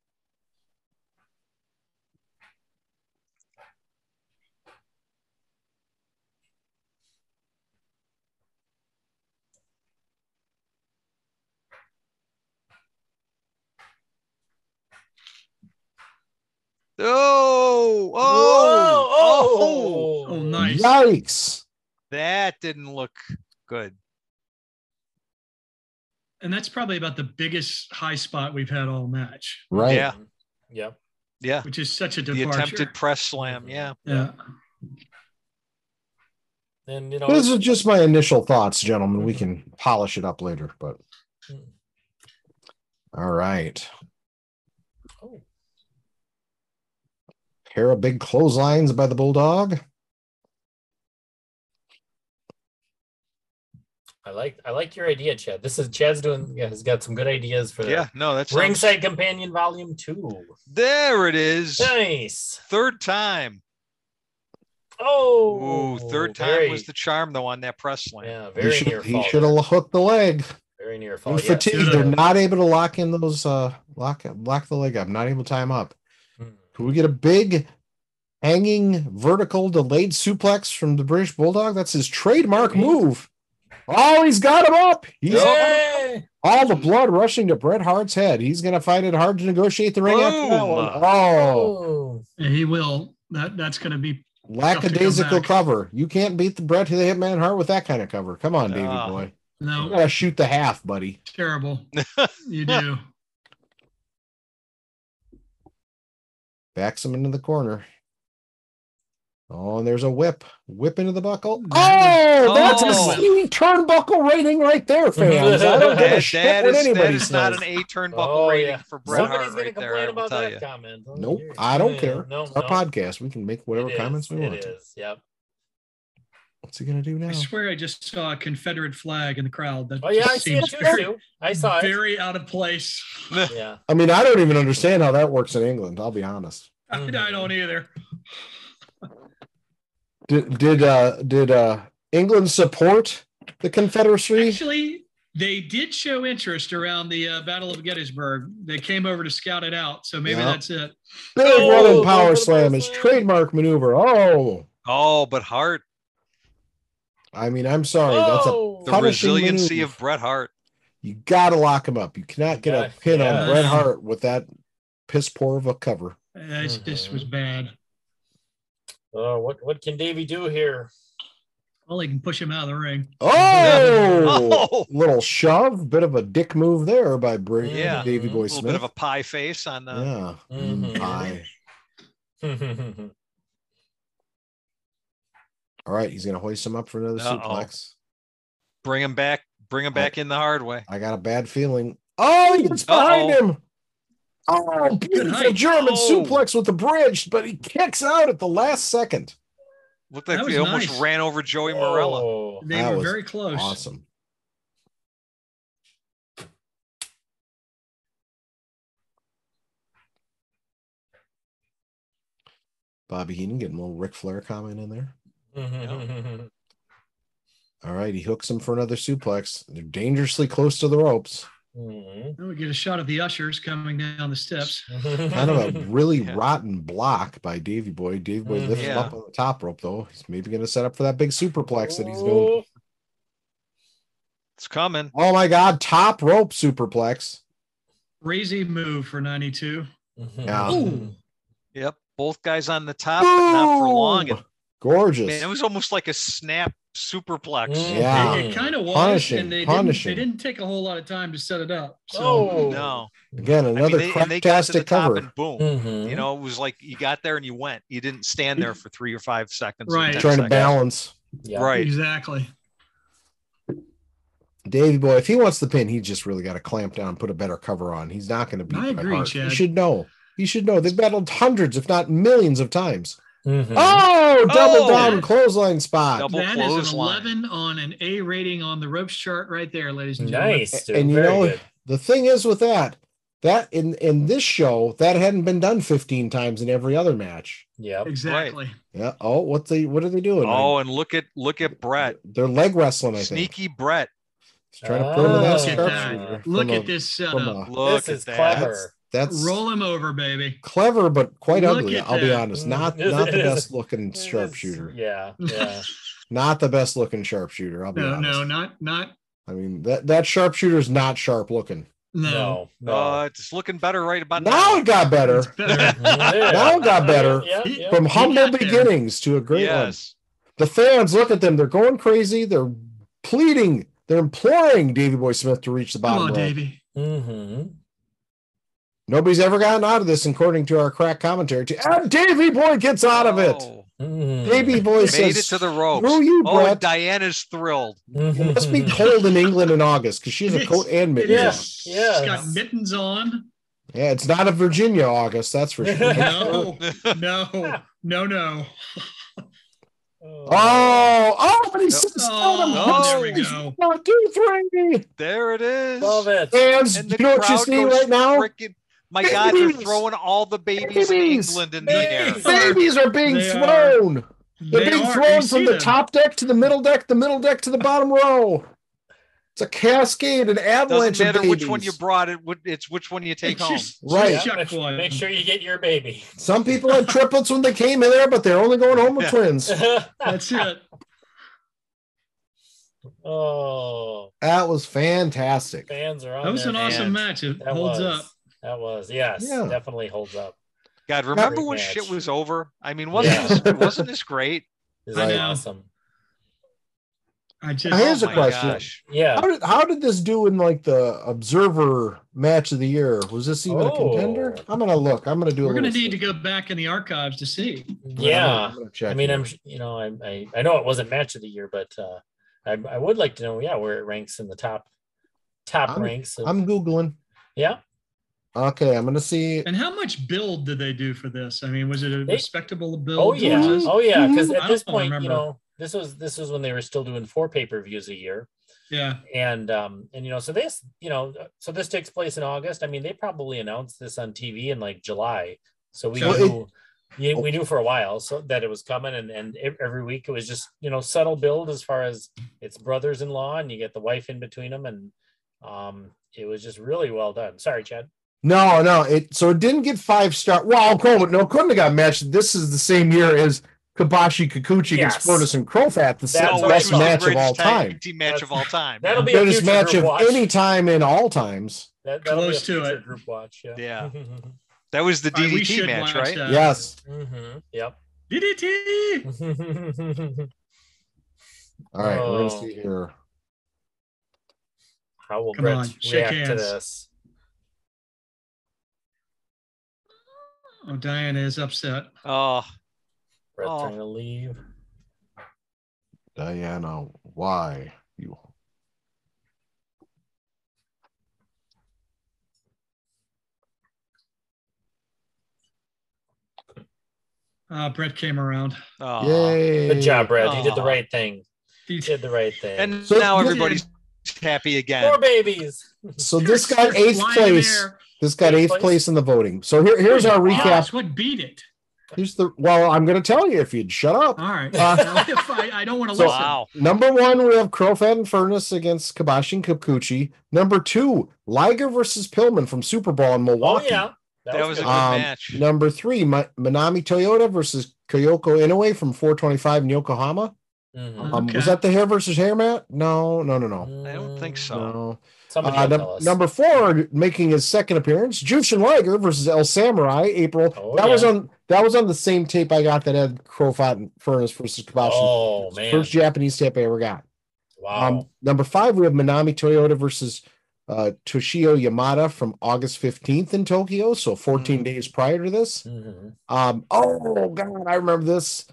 Speaker 5: Oh, oh, oh,
Speaker 2: Whoa!
Speaker 3: Oh, nice.
Speaker 4: Yikes.
Speaker 5: that didn't look good.
Speaker 3: And that's probably about the biggest high spot we've had all match,
Speaker 4: Right.
Speaker 5: Yeah.
Speaker 2: Yep.
Speaker 5: Yeah.
Speaker 3: which is such a
Speaker 5: The
Speaker 3: departure.
Speaker 5: attempted press slam. Yeah.
Speaker 3: yeah.
Speaker 2: And you know,
Speaker 4: This is just my initial thoughts, gentlemen. We can polish it up later, but all right.
Speaker 2: oh,
Speaker 4: Pair of big clotheslines by the bulldog.
Speaker 2: I like I like your idea, Chad. This is Chad's doing. Yeah, he's got some good ideas for
Speaker 5: Yeah. No, that's
Speaker 2: that. Ringside Companion Volume Two.
Speaker 5: There it is.
Speaker 2: Nice.
Speaker 5: Third time.
Speaker 2: Oh,
Speaker 5: Ooh, third time
Speaker 2: very-
Speaker 5: was the charm though on that press slam.
Speaker 2: Oh, yeah,
Speaker 4: He
Speaker 2: very near
Speaker 4: should he
Speaker 2: fall.
Speaker 4: should have hooked the leg.
Speaker 2: Very near fall.
Speaker 4: They're
Speaker 2: Yes.
Speaker 4: fatigued.
Speaker 3: Yeah.
Speaker 4: They're not able to lock in those uh lock lock the leg up, not able to tie him up.
Speaker 2: Mm.
Speaker 4: Can we get a big hanging vertical delayed suplex from the British Bulldog? That's his trademark
Speaker 2: Maybe.
Speaker 4: move. Oh, he's got him up. He's
Speaker 2: Yeah.
Speaker 4: all the blood rushing to Bret Hart's head. He's gonna find it hard to negotiate the ring after that one.
Speaker 5: Boom.
Speaker 4: Oh,
Speaker 2: Oh.
Speaker 3: And he will. That that's gonna be
Speaker 4: lackadaisical
Speaker 3: Tough to come
Speaker 4: cover. You can't beat the Bret to the Hitman Hart with that kind of cover. Come on, Davy
Speaker 5: Ah.
Speaker 4: boy. You
Speaker 3: no
Speaker 4: gotta shoot the half, buddy.
Speaker 3: terrible. You do.
Speaker 4: Backs him into the corner. Oh, and there's a whip. Whip into the buckle.
Speaker 3: That
Speaker 4: Oh, that's
Speaker 5: Oh.
Speaker 4: a C turnbuckle rating right there, fans. I don't give a
Speaker 5: That-
Speaker 4: shit
Speaker 5: that
Speaker 4: what
Speaker 5: is, that
Speaker 4: anybody
Speaker 5: is
Speaker 4: says.
Speaker 5: not an A turnbuckle
Speaker 2: Oh,
Speaker 5: rating
Speaker 2: yeah.
Speaker 5: for Bret
Speaker 2: Somebody's
Speaker 5: Hart
Speaker 2: gonna
Speaker 5: right there.
Speaker 2: complain
Speaker 5: I will
Speaker 2: about
Speaker 5: tell
Speaker 2: that
Speaker 5: you.
Speaker 2: comment. Oh,
Speaker 4: Nope,
Speaker 2: dear.
Speaker 4: I don't
Speaker 2: Yeah,
Speaker 4: care.
Speaker 2: No,
Speaker 4: It's our
Speaker 2: no.
Speaker 4: podcast. We can make whatever
Speaker 2: It is,
Speaker 4: comments we
Speaker 2: it
Speaker 4: want. to.
Speaker 2: is, Yep.
Speaker 4: What's he gonna do now?
Speaker 3: I swear I just saw a Confederate flag in the crowd. That
Speaker 2: Oh yeah,
Speaker 3: just
Speaker 2: I see it
Speaker 3: seems
Speaker 2: too,
Speaker 3: very,
Speaker 2: Sue. I saw it.
Speaker 3: very out of place.
Speaker 2: Yeah.
Speaker 4: I mean, I don't even understand how that works in England. I'll be honest.
Speaker 3: I, I don't either.
Speaker 4: Did did uh did uh England support the Confederacy?
Speaker 3: Actually, they did show interest around the uh, Battle of Gettysburg. They came over to scout it out, so maybe
Speaker 4: Yeah.
Speaker 3: that's it.
Speaker 4: Big
Speaker 2: Oh,
Speaker 4: running
Speaker 2: going for
Speaker 4: power
Speaker 2: the
Speaker 4: slam
Speaker 2: power
Speaker 4: is
Speaker 2: slam.
Speaker 4: trademark maneuver. Oh,
Speaker 5: Oh, but Hart,
Speaker 4: I mean, I'm sorry. That's a
Speaker 2: Oh.
Speaker 5: the
Speaker 4: Punishing
Speaker 5: resiliency
Speaker 4: maneuver.
Speaker 5: of Bret Hart.
Speaker 4: you got to lock him up. You cannot get
Speaker 2: Yeah,
Speaker 4: a pin
Speaker 2: yeah.
Speaker 4: on Bret Hart with that piss poor of a cover.
Speaker 3: This
Speaker 2: Mhm.
Speaker 3: Uh, just was bad.
Speaker 2: Oh, what what can Davey do here?
Speaker 3: Well, they can push him out of the ring.
Speaker 4: Oh,
Speaker 5: Oh.
Speaker 4: little shove, bit of a dick move there by Br-
Speaker 5: Yeah.
Speaker 4: Davy
Speaker 5: A
Speaker 4: Boy
Speaker 5: little
Speaker 4: Smith.
Speaker 5: bit of a uh, pie face on the.
Speaker 4: yeah,
Speaker 5: Mm-hmm.
Speaker 2: Mhm.
Speaker 4: Aye. All right, he's gonna hoist him up for another
Speaker 5: Uh-oh.
Speaker 4: suplex.
Speaker 5: Bring him back. Bring him back in the hard way.
Speaker 4: I got a bad feeling. Oh, he gets behind
Speaker 5: Uh-oh.
Speaker 4: him. Oh, beautiful
Speaker 3: height.
Speaker 4: German
Speaker 5: Oh.
Speaker 4: suplex with the bridge, but he kicks out at the last second.
Speaker 5: Looked like
Speaker 3: That
Speaker 5: he
Speaker 3: was
Speaker 5: almost
Speaker 3: nice.
Speaker 5: ran over Joey Morella.
Speaker 2: Oh.
Speaker 3: They
Speaker 4: That
Speaker 3: were
Speaker 4: was
Speaker 3: very close.
Speaker 4: Awesome. Bobby Heenan getting a little Ric Flair comment in there.
Speaker 2: Oh. Mhm.
Speaker 4: All right, he hooks him for another suplex. They're dangerously close to the ropes.
Speaker 2: Mhm.
Speaker 3: Then we get a shot of the ushers coming down the steps.
Speaker 4: Kind of a really
Speaker 5: Yeah. Mm-hmm.
Speaker 4: rotten block by Davy Boy. Davy Boy
Speaker 2: Mhm.
Speaker 4: lifts him
Speaker 5: Yeah.
Speaker 4: up on the top rope, though. He's maybe going to set up for that big superplex that he's doing.
Speaker 2: Oh.
Speaker 5: It's coming.
Speaker 4: Oh my God, top rope superplex.
Speaker 3: Crazy move for 92.
Speaker 2: Mm-hmm.
Speaker 4: Yeah.
Speaker 3: Ooh.
Speaker 5: Yep. Both guys on the top, but not for long.
Speaker 4: Boom!
Speaker 5: And,
Speaker 4: Gorgeous.
Speaker 5: man, it was almost like a snap superplex.
Speaker 2: Mm.
Speaker 4: Yeah.
Speaker 5: Mm-hmm.
Speaker 3: It, kind of was.
Speaker 4: Punishing,
Speaker 3: and they
Speaker 4: punishing.
Speaker 3: Didn't, they didn't take a whole lot of time to set it up. So
Speaker 2: Oh.
Speaker 5: No.
Speaker 4: Again,
Speaker 5: I mean,
Speaker 4: another
Speaker 5: they- and they got to the
Speaker 4: fantastic
Speaker 5: top
Speaker 4: cover.
Speaker 5: and boom.
Speaker 2: Mhm.
Speaker 5: You
Speaker 4: Mm-hmm.
Speaker 5: know, it was like you got there and you went. You didn't stand there for three or five seconds. or
Speaker 3: Right.
Speaker 5: 10
Speaker 4: Trying to
Speaker 5: seconds.
Speaker 4: balance.
Speaker 2: Yeah.
Speaker 5: Right.
Speaker 3: exactly.
Speaker 4: Davey boy, if he wants the pin, he just really got to clamp down and put a better cover on. He's not going to beat.
Speaker 3: I
Speaker 4: Bret
Speaker 3: agree,
Speaker 4: Hart. He
Speaker 3: Chad.
Speaker 4: should know. You should know they've battled hundreds, if not millions, of times.
Speaker 2: Mhm.
Speaker 4: Oh, double
Speaker 5: Oh!
Speaker 4: down clothesline spot.
Speaker 5: Double
Speaker 3: That is an
Speaker 5: clothesline.
Speaker 3: 11 on an A rating on the ropes chart right there, ladies and gentlemen.
Speaker 2: nice. dude.
Speaker 4: and you
Speaker 2: Very
Speaker 4: know
Speaker 2: good.
Speaker 4: the thing is with that, that in in this show that hadn't been done 15 times in every other match.
Speaker 2: Yep.
Speaker 3: Exactly.
Speaker 4: Yeah. Oh, what they what are they doing?
Speaker 5: Oh, and look at look at Brett,
Speaker 4: They're leg wrestling. I think
Speaker 5: sneaky Brett.
Speaker 4: He's trying to put him
Speaker 2: Ah.
Speaker 4: in that
Speaker 2: Look at that.
Speaker 4: sharpshooter. from
Speaker 3: Oh, Look
Speaker 4: a-
Speaker 3: at this
Speaker 4: from
Speaker 3: setup.
Speaker 4: a-
Speaker 5: Look
Speaker 2: this is
Speaker 5: at that.
Speaker 2: clever.
Speaker 4: That's, that's
Speaker 3: Roll him over, baby.
Speaker 4: clever, but quite
Speaker 3: Look
Speaker 4: ugly.
Speaker 3: at
Speaker 4: I'll be
Speaker 3: that.
Speaker 4: honest.
Speaker 2: Mm,
Speaker 4: Not
Speaker 2: it
Speaker 4: not the
Speaker 2: is.
Speaker 4: best looking
Speaker 2: It is-
Speaker 4: sharpshooter.
Speaker 2: Yeah. Yeah.
Speaker 4: Not the best looking sharpshooter. I'll be
Speaker 3: No,
Speaker 4: honest.
Speaker 3: no, not not
Speaker 4: I mean that that sharpshooter is not sharp looking.
Speaker 3: no.
Speaker 2: No. No.
Speaker 5: Uh, it's looking better right about
Speaker 4: Now
Speaker 5: now.
Speaker 4: it got better
Speaker 3: It's better.
Speaker 2: Yeah.
Speaker 4: Now it got better.
Speaker 2: Yeah, yeah.
Speaker 4: from
Speaker 3: You
Speaker 4: humble
Speaker 3: got there.
Speaker 4: beginnings to a great one.
Speaker 5: yes.
Speaker 4: The fans look at them. They're going crazy. They're pleading. They're imploring Davy Boy Smith to reach the
Speaker 3: Come
Speaker 4: bottom.
Speaker 3: on,
Speaker 4: rope.
Speaker 3: Davey.
Speaker 2: Mhm.
Speaker 4: Nobody's ever gotten out of this, according to our crack commentary. And Davy Boy gets out of it.
Speaker 5: Oh,
Speaker 2: Mhm.
Speaker 4: Mm-hmm. Davy Boy
Speaker 5: made
Speaker 4: says,
Speaker 5: it to the ropes.
Speaker 4: "Screw you,
Speaker 5: oh,
Speaker 4: Brett."
Speaker 5: Diana's thrilled.
Speaker 4: "It must be
Speaker 2: Mhm.
Speaker 4: cold in England in August because she has a
Speaker 3: Yes,
Speaker 4: coat and
Speaker 3: It
Speaker 4: mittens."
Speaker 2: Yeah,
Speaker 4: on.
Speaker 3: is.
Speaker 2: yeah.
Speaker 3: It's got mittens on.
Speaker 4: Yeah, it's not a Virginia August, that's for sure.
Speaker 3: No, no, no, no.
Speaker 2: Oh.
Speaker 4: Oh, oh, but he sits down.
Speaker 3: Oh,
Speaker 5: no.
Speaker 3: there we go.
Speaker 4: One, two, three.
Speaker 5: There it is.
Speaker 2: Love it.
Speaker 4: Fans,
Speaker 5: And
Speaker 4: you
Speaker 5: the
Speaker 4: know what you
Speaker 5: crowd
Speaker 4: see
Speaker 5: goes
Speaker 4: right now?
Speaker 5: frickin- my God, they're
Speaker 4: Babies.
Speaker 5: throwing all the babies,
Speaker 4: Babies.
Speaker 5: in England in the air.
Speaker 3: Babies.
Speaker 4: Babies are being
Speaker 3: They are-
Speaker 4: thrown. They're
Speaker 3: They
Speaker 4: being
Speaker 3: are. You
Speaker 4: thrown
Speaker 3: see
Speaker 4: from the
Speaker 3: them.
Speaker 4: top deck to the middle deck, the middle deck to the bottom row. It's a cascade, an avalanche
Speaker 5: Doesn't matter
Speaker 4: of babies.
Speaker 5: which one you brought. It would. It's which one you take
Speaker 3: It's
Speaker 5: home.
Speaker 3: just- just
Speaker 4: Right.
Speaker 2: Yeah,
Speaker 3: chuck one.
Speaker 2: Make sure you get your baby.
Speaker 4: Some people had triplets when they came in there, but they're only going home with
Speaker 5: Yeah.
Speaker 4: twins.
Speaker 3: That's it.
Speaker 2: oh,
Speaker 4: That was fantastic.
Speaker 2: fans are on.
Speaker 3: That was
Speaker 2: their
Speaker 3: an awesome
Speaker 5: Oh, man.
Speaker 3: match. It
Speaker 2: That
Speaker 3: holds
Speaker 2: was,
Speaker 3: up.
Speaker 2: That was yes,
Speaker 4: Yeah.
Speaker 2: definitely holds up.
Speaker 5: God, remember when
Speaker 2: match.
Speaker 5: shit was over? I mean, wasn't
Speaker 2: Yeah.
Speaker 5: this, wasn't this great?
Speaker 2: This
Speaker 3: I
Speaker 2: is
Speaker 3: know.
Speaker 2: awesome.
Speaker 3: I just
Speaker 4: Now, here's
Speaker 5: oh
Speaker 4: a
Speaker 5: my
Speaker 4: question.
Speaker 5: Gosh.
Speaker 2: Yeah.
Speaker 4: How did how did this do in like the observer match of the year? Was this even a
Speaker 2: Oh.
Speaker 4: contender? I'm gonna look. I'm gonna do. a
Speaker 3: we're going to
Speaker 4: little
Speaker 3: need to
Speaker 4: search.
Speaker 3: go back in the archives to see.
Speaker 2: Yeah.
Speaker 4: I'm gonna check
Speaker 2: I mean,
Speaker 4: here.
Speaker 2: I'm sh- you know I, I I know it wasn't match of the year, but uh, I I would like to know yeah where it ranks in the top top
Speaker 4: I'm-
Speaker 2: ranks. of-
Speaker 4: I'm googling.
Speaker 2: yeah.
Speaker 4: Okay, I'm gonna see.
Speaker 3: And how much build did they do for this? I mean, was it a
Speaker 2: They-
Speaker 3: respectable build?
Speaker 2: Oh yeah.
Speaker 3: Was
Speaker 4: Mm-hmm.
Speaker 3: it-
Speaker 2: Oh yeah. Because
Speaker 3: I
Speaker 2: at this
Speaker 3: don't
Speaker 2: point,
Speaker 3: remember.
Speaker 2: you know, this was this was when they were still doing four pay per views a year,
Speaker 3: yeah.
Speaker 2: and um and you know so this you know so this takes place in August. I mean, they probably announced this on TV in like July, so we
Speaker 3: Well, it-
Speaker 2: knew. yeah, we knew for a while so that it was coming and, and ev- every week it was just you know subtle build as far as it's brothers-in-law and you get the wife in between them and um it was just really well done sorry chad
Speaker 4: No, no. It so it didn't get five star. Well, Coleman, no, couldn't have got matched. This is the same year as Kabashi Kikuchi
Speaker 2: Yes.
Speaker 4: against Fortis and Crowfat, the
Speaker 2: That's
Speaker 4: best
Speaker 2: what
Speaker 4: match
Speaker 2: I thought.
Speaker 4: of all
Speaker 5: greatest tag
Speaker 4: time.
Speaker 5: team match of all time.
Speaker 2: that'll be a
Speaker 4: Greatest
Speaker 2: future
Speaker 4: match
Speaker 2: group
Speaker 4: of
Speaker 2: watch.
Speaker 4: any time in all times.
Speaker 2: that, that'll be
Speaker 3: Close
Speaker 2: a
Speaker 3: to
Speaker 2: future
Speaker 3: it.
Speaker 2: group watch yeah
Speaker 5: Yeah. That was the
Speaker 3: All right, we
Speaker 5: DDT
Speaker 3: should
Speaker 5: match,
Speaker 3: watch
Speaker 5: right?
Speaker 3: that.
Speaker 4: Yes.
Speaker 2: hmm yep
Speaker 3: DDT.
Speaker 4: All right,
Speaker 2: Oh.
Speaker 4: we're gonna see here.
Speaker 2: How will
Speaker 3: Come
Speaker 2: Brett
Speaker 3: on, shake
Speaker 2: react to
Speaker 3: hands.
Speaker 2: this?
Speaker 3: Oh, Diana is upset.
Speaker 5: Oh,
Speaker 2: Brett's
Speaker 5: Oh.
Speaker 2: trying to leave.
Speaker 4: Diana, why you?
Speaker 3: Uh, Brett came around.
Speaker 5: oh.
Speaker 4: Yay!
Speaker 2: Good job, Brett. You did the
Speaker 5: Aw.
Speaker 2: right thing.
Speaker 3: He-
Speaker 2: You did the right thing.
Speaker 5: And
Speaker 4: So-
Speaker 5: now everybody's happy again.
Speaker 2: More babies.
Speaker 4: So this
Speaker 3: You're
Speaker 4: got eighth
Speaker 3: flying
Speaker 4: place.
Speaker 3: there.
Speaker 4: This got
Speaker 2: Eighth
Speaker 4: eighth
Speaker 2: place?
Speaker 4: place in the voting. So here, here's our recap.
Speaker 3: Gosh, what beat it?
Speaker 4: Here's the well. I'm gonna tell you if you'd shut
Speaker 2: Uh-huh.
Speaker 4: up.
Speaker 3: All right.
Speaker 4: Uh,
Speaker 3: Now, if I, I don't want to
Speaker 4: so-
Speaker 3: listen.
Speaker 5: Wow.
Speaker 4: Number one, we have Crowfat and Furnace against Kabashi and Kikuchi. Number two, Liger versus Pillman from Super Bowl in
Speaker 2: Oh
Speaker 4: Milwaukee.
Speaker 2: yeah,
Speaker 5: That was a
Speaker 2: good.
Speaker 5: good
Speaker 4: Um,
Speaker 5: match.
Speaker 4: Number three, Mi- Minami Toyota versus Kyoko Inoue from 425 in Yokohama.
Speaker 2: Mhm.
Speaker 4: Um,
Speaker 3: Okay.
Speaker 4: Was that the hair versus hair mat? No, no, no, no.
Speaker 5: I don't think so.
Speaker 4: No.
Speaker 2: Mm, Mm-hmm. Somebody
Speaker 4: Uh,
Speaker 2: will
Speaker 4: num-
Speaker 2: tell us.
Speaker 4: number four, making his second appearance, Jushin Liger versus El Samurai, April.
Speaker 2: Oh,
Speaker 4: that was
Speaker 2: yeah.
Speaker 4: on that was on the same tape I got that had Crowfat and Furnace versus Kabashi.
Speaker 2: Oh man! Oh.
Speaker 4: First Japanese tape I ever got.
Speaker 2: wow.
Speaker 4: Um, number five, we have Minami Toyota versus uh, Toshio Yamada from August 15th in Tokyo. So 14 days prior to this.
Speaker 2: Mhm.
Speaker 4: Um, oh, God, I remember this.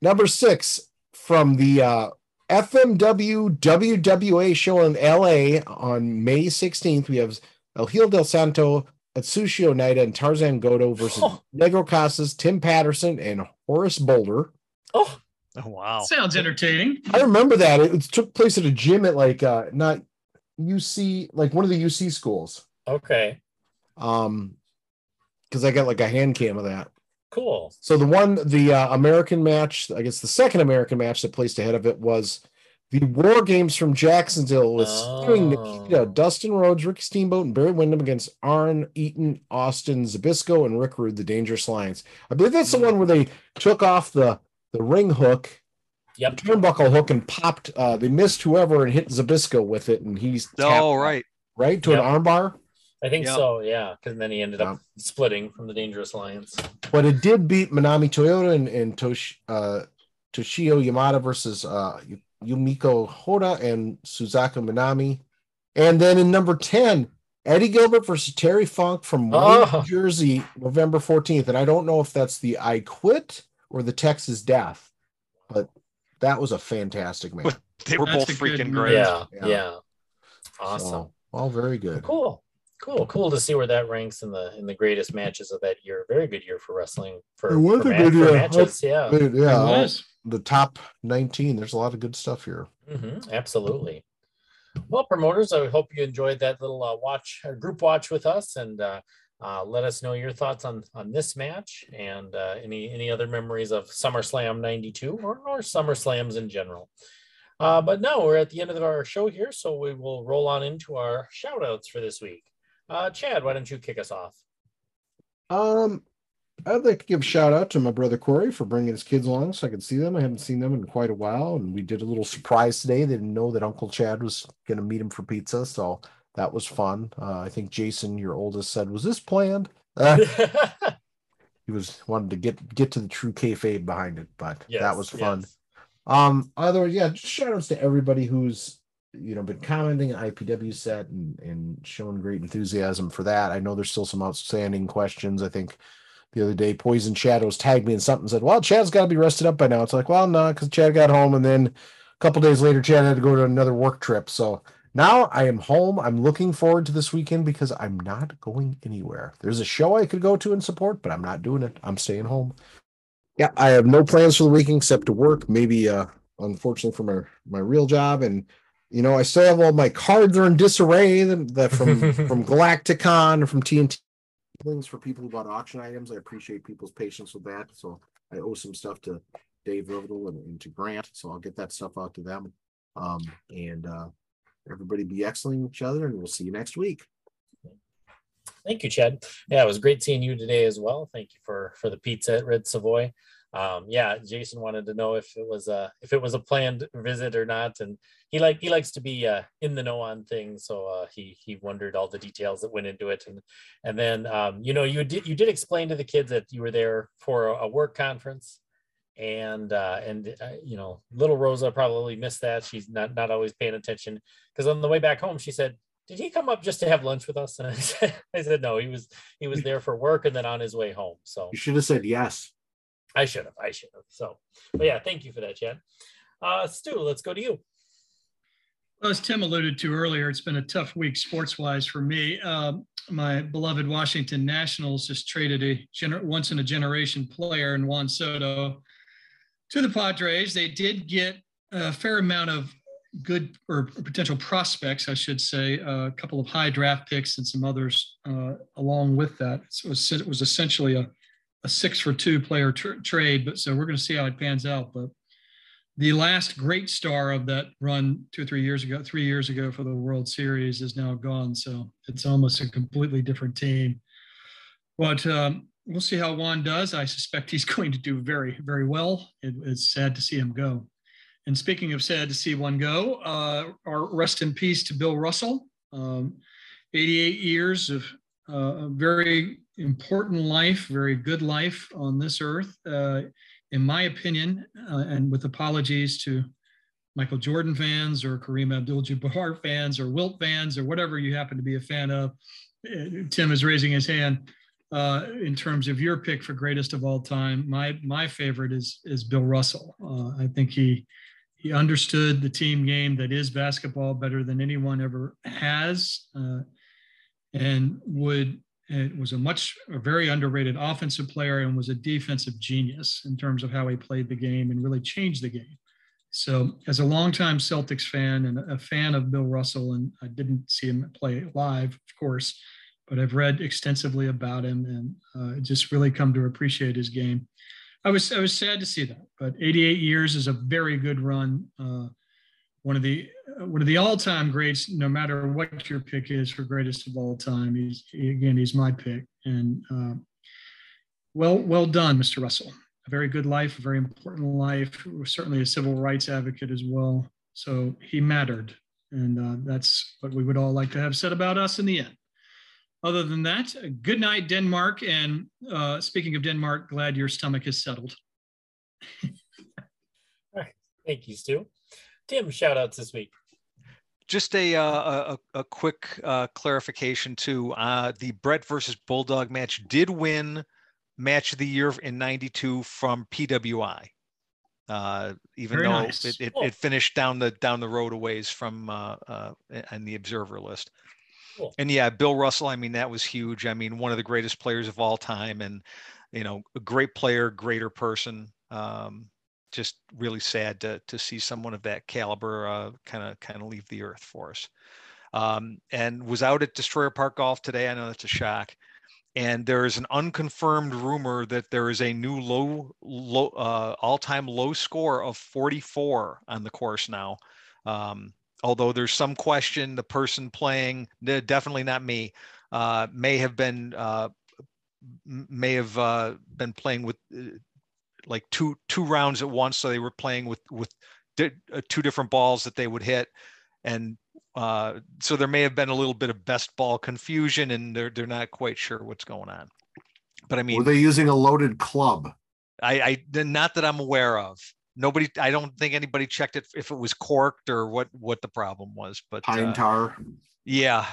Speaker 4: Number six, from the uh, FMW WWA show in LA on May 16th, we have El Hijo del Santo Atsushi Oneida and Tarzan Godo versus
Speaker 2: Oh.
Speaker 4: Negro Casas, Tim Patterson, and Horace Boulder.
Speaker 2: Oh,
Speaker 5: Oh, wow.
Speaker 3: Sounds entertaining.
Speaker 4: I remember that. It, it took place at a gym at like uh not UC, like one of the UC schools.
Speaker 2: okay.
Speaker 4: Um because I got like a hand cam of that.
Speaker 2: Cool.
Speaker 4: So the one, the uh, American match, I guess the second American match that placed ahead of it was the War Games from Jacksonville with Steering
Speaker 2: Oh.
Speaker 4: Nikita, Dustin Rhodes, Ricky Steamboat, and Barry Windham against Arn, Eaton, Austin, Zabisco, and Rick Rude, the Dangerous Lions. I believe that's the one where they took off the the ring hook,
Speaker 2: Yep.
Speaker 4: turnbuckle hook, and popped. Uh, they missed whoever and hit Zabisco with it, and he's
Speaker 5: Oh,
Speaker 4: tapped,
Speaker 5: right.
Speaker 4: right to
Speaker 2: Yep.
Speaker 4: an armbar.
Speaker 2: I think
Speaker 5: Yeah.
Speaker 2: so. Yeah. Because then he ended up splitting from the Dangerous Lions.
Speaker 4: but it did beat Manami Toyota and, and Tosh, uh, Toshio Yamada versus uh, Yu- Yumiko Hoda and Suzaka Manami. And then in number 10, Eddie Gilbert versus Terry Funk from Wayne,
Speaker 2: Oh.
Speaker 4: Jersey, November 14th. And I don't know if that's the I Quit or the Texas Death, but that was a fantastic match.
Speaker 5: With- They were
Speaker 3: That's
Speaker 5: both
Speaker 3: a good
Speaker 5: freaking
Speaker 3: move.
Speaker 5: great.
Speaker 2: Yeah.
Speaker 4: Yeah.
Speaker 2: Yeah. Awesome.
Speaker 4: So, all very good.
Speaker 2: Cool. Cool. Cool to see where that ranks in the in the greatest matches of that year. Very good year for wrestling. For,
Speaker 4: It was
Speaker 2: for
Speaker 4: a
Speaker 2: ma-
Speaker 4: good
Speaker 2: for
Speaker 4: year.
Speaker 2: matches. Yeah.
Speaker 4: But
Speaker 3: It
Speaker 4: yeah, all-
Speaker 3: was.
Speaker 4: the top 19, there's a lot of good stuff here.
Speaker 2: hmm absolutely. Well, promoters, I hope you enjoyed that little uh, watch or group watch with us, and uh, uh, let us know your thoughts on on this match and uh, any any other memories of SummerSlam '92 or or SummerSlams in general. Uh, but now we're at the end of our show here, so we will roll on into our shout outs for this week. Uh, Chad, why don't you kick us off?
Speaker 4: Um, I'd like to give a shout out to my brother Corey for bringing his kids along so I could see them. I haven't seen them in quite a while, and we did a little surprise today. They didn't know that Uncle Chad was going to meet him for pizza, so that was fun. Uh, I think Jason, your oldest, said, "Was this planned?" Uh, he was wanted to get get to the true kayfabe behind it, but that
Speaker 2: Yes,
Speaker 4: was fun.
Speaker 2: yes.
Speaker 4: Um, otherwise, yeah, just shout outs to everybody who's you know been commenting on IPW set and and showing great enthusiasm for that. I know there's still some outstanding questions. I think the other day Poison Shadows tagged me in something and said, Well, Chad's gotta be rested up by now. It's like, well, no, because Chad got home and then a couple days later Chad had to go to another work trip. So now I am home. I'm looking forward to this weekend because I'm not going anywhere. There's a show I could go to and support, but I'm not doing it. I'm staying home. Yeah, I have no plans for the weekend except to work. Maybe uh unfortunately for my my real job and you know i still have all my cards are in disarray that, that from from galacticon from tnt things for people who bought auction items i appreciate people's patience with that so i owe some stuff to dave Rivital and, and to grant so i'll get that stuff out to them um and uh everybody be excellent each other and we'll see you next week
Speaker 2: Thank you, Chad. Yeah, it was great seeing you today as well. Thank you for for the pizza at Red Savoy. Um, yeah, Jason wanted to know if it was a if it was a planned visit or not, and he like he likes to be uh, in the know on things, so uh, he he wondered all the details that went into it, and and then um, you know you did you did explain to the kids that you were there for a, a work conference, and uh, and uh, you know little Rosa probably missed that. She's not not always paying attention because on the way back home she said, did he come up just to have lunch with us? And I said, I said no, he was he was there for work and then on his way home. So
Speaker 4: you should have said yes
Speaker 2: I should have, I should have. So, but yeah, thank you for that, Chad. Uh, Stu, let's go to you.
Speaker 3: As Tim alluded to earlier, it's been a tough week sports wise for me. Um, my beloved Washington Nationals just traded a gener- once in a generation player in Juan Soto to the Padres. They did get a fair amount of good or potential prospects, I should say, uh, a couple of high draft picks and some others uh, along with that. So it was, it was essentially a, a six for two player tr- trade. But so we're going to see how it pans out. But the last great star of that run two or three years ago, three years ago for the World Series is now gone. So it's almost a completely different team. But um, we'll see how Juan does. I suspect he's going to do very, very well. It, it's sad to see him go. And speaking of sad to see one go, uh, our rest in peace to Bill Russell. Um, 88 years of uh, a very important life, very good life on this earth. Uh, in my opinion, uh, and with apologies to Michael Jordan fans or Kareem Abdul-Jabbar fans or Wilt fans or whatever you happen to be a fan of, uh, Tim is raising his hand. Uh, in terms of your pick for greatest of all time, my my favorite is is Bill Russell. Uh, I think he he understood the team game that is basketball better than anyone ever has, uh, and would It was a much a very underrated offensive player and was a defensive genius in terms of how he played the game and really changed the game. So, as a longtime Celtics fan and a fan of Bill Russell, and I didn't see him play live, of course, but I've read extensively about him and uh, just really come to appreciate his game. I was I was sad to see that, but 88 years is a very good run. Uh, one of the one of the all-time greats, no matter what your pick is for greatest of all time. He's again, he's my pick, and uh, well, well done, Mr. Russell. A very good life, a very important life. Certainly a civil rights advocate as well. So he mattered, and uh, that's what we would all like to have said about us in the end. Other than that, good night, Denmark. And uh, speaking of Denmark, glad your stomach is settled.
Speaker 2: right. Thank you, Stu. Tim, shout outs this week
Speaker 5: just a, uh, a, a quick uh, clarification too. Uh, the Brett versus Bulldog match did win match of the year in '92 from PWI, Uh, even
Speaker 3: Very
Speaker 5: though
Speaker 3: nice.
Speaker 5: it, it,
Speaker 2: Cool.
Speaker 5: it finished down the down the road a ways from uh, uh, on the observer list.
Speaker 2: Cool.
Speaker 5: And yeah, Bill Russell. I mean, that was huge. I mean, one of the greatest players of all time, and you know, a great player, greater person. Um, just really sad to to see someone of that caliber kind of kind of leave the earth for us. Um, and was out at Destroyer Park Golf today. I know that's a shock. And there is an unconfirmed rumor that there is a new low, low uh, all-time low score of 44 on the course now. Um, although there's some question, the person playing, de- definitely not me, uh, may have been uh, m- may have uh, been playing with uh, like two two rounds at once so they were playing with with di- uh, two different balls that they would hit and uh, so there may have been a little bit of best ball confusion and they're they're not quite sure what's going on but i mean
Speaker 4: Were they using a loaded club?
Speaker 5: I, I then not that i'm aware of nobody i don't think anybody checked it if it was corked or what what the problem was but
Speaker 4: Pine
Speaker 5: uh,
Speaker 4: tar.
Speaker 5: yeah,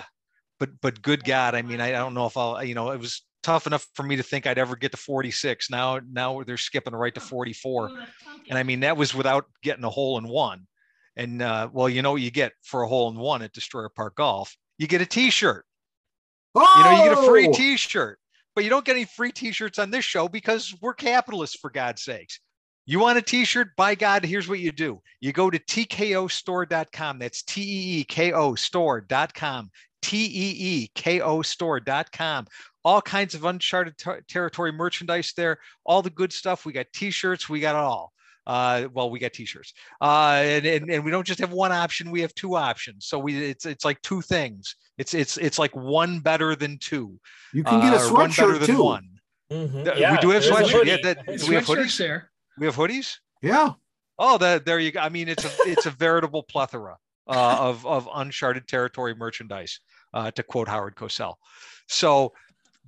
Speaker 5: but but good God, I mean, I, I don't know if I'll, you know, it was tough enough for me to think I'd ever get to 46. Now now they're skipping right to 44, and I mean that was without getting a hole in one. And uh, well, you know what you get for a hole in one at Destroyer Park Golf? You get a T-shirt.
Speaker 4: Oh,
Speaker 5: You know, you get a free T-shirt, but you don't get any free T-shirts on this show because we're capitalists, for God's sakes. You want a T-shirt? By God, here's what you do: you go to tkostore.com. That's E T-E-E-K-O store.com. E T-E-E-K-O store.com. All kinds of uncharted ter- territory merchandise there. All the good stuff. We got T-shirts. We got it all. Uh, well, we got T-shirts, uh, and, and and we don't just have one option. We have two options. So we it's it's like two things. It's it's it's like one better than two.
Speaker 4: you can get a
Speaker 5: uh, or one better
Speaker 4: sweatshirt
Speaker 5: than
Speaker 4: too.
Speaker 5: one.
Speaker 2: Mhm.
Speaker 5: Th- we
Speaker 2: Yeah,
Speaker 5: do have
Speaker 2: there's a
Speaker 5: sweatshirt.
Speaker 2: hoodie.
Speaker 5: Yeah, that-
Speaker 2: There's
Speaker 5: Do we have
Speaker 3: Sweatshirts
Speaker 5: hoodies?
Speaker 3: there.
Speaker 5: We have hoodies.
Speaker 4: Yeah.
Speaker 5: Oh, that there you go. I mean, it's a it's a veritable plethora uh, of of uncharted territory merchandise, uh, to quote Howard Cosell. So,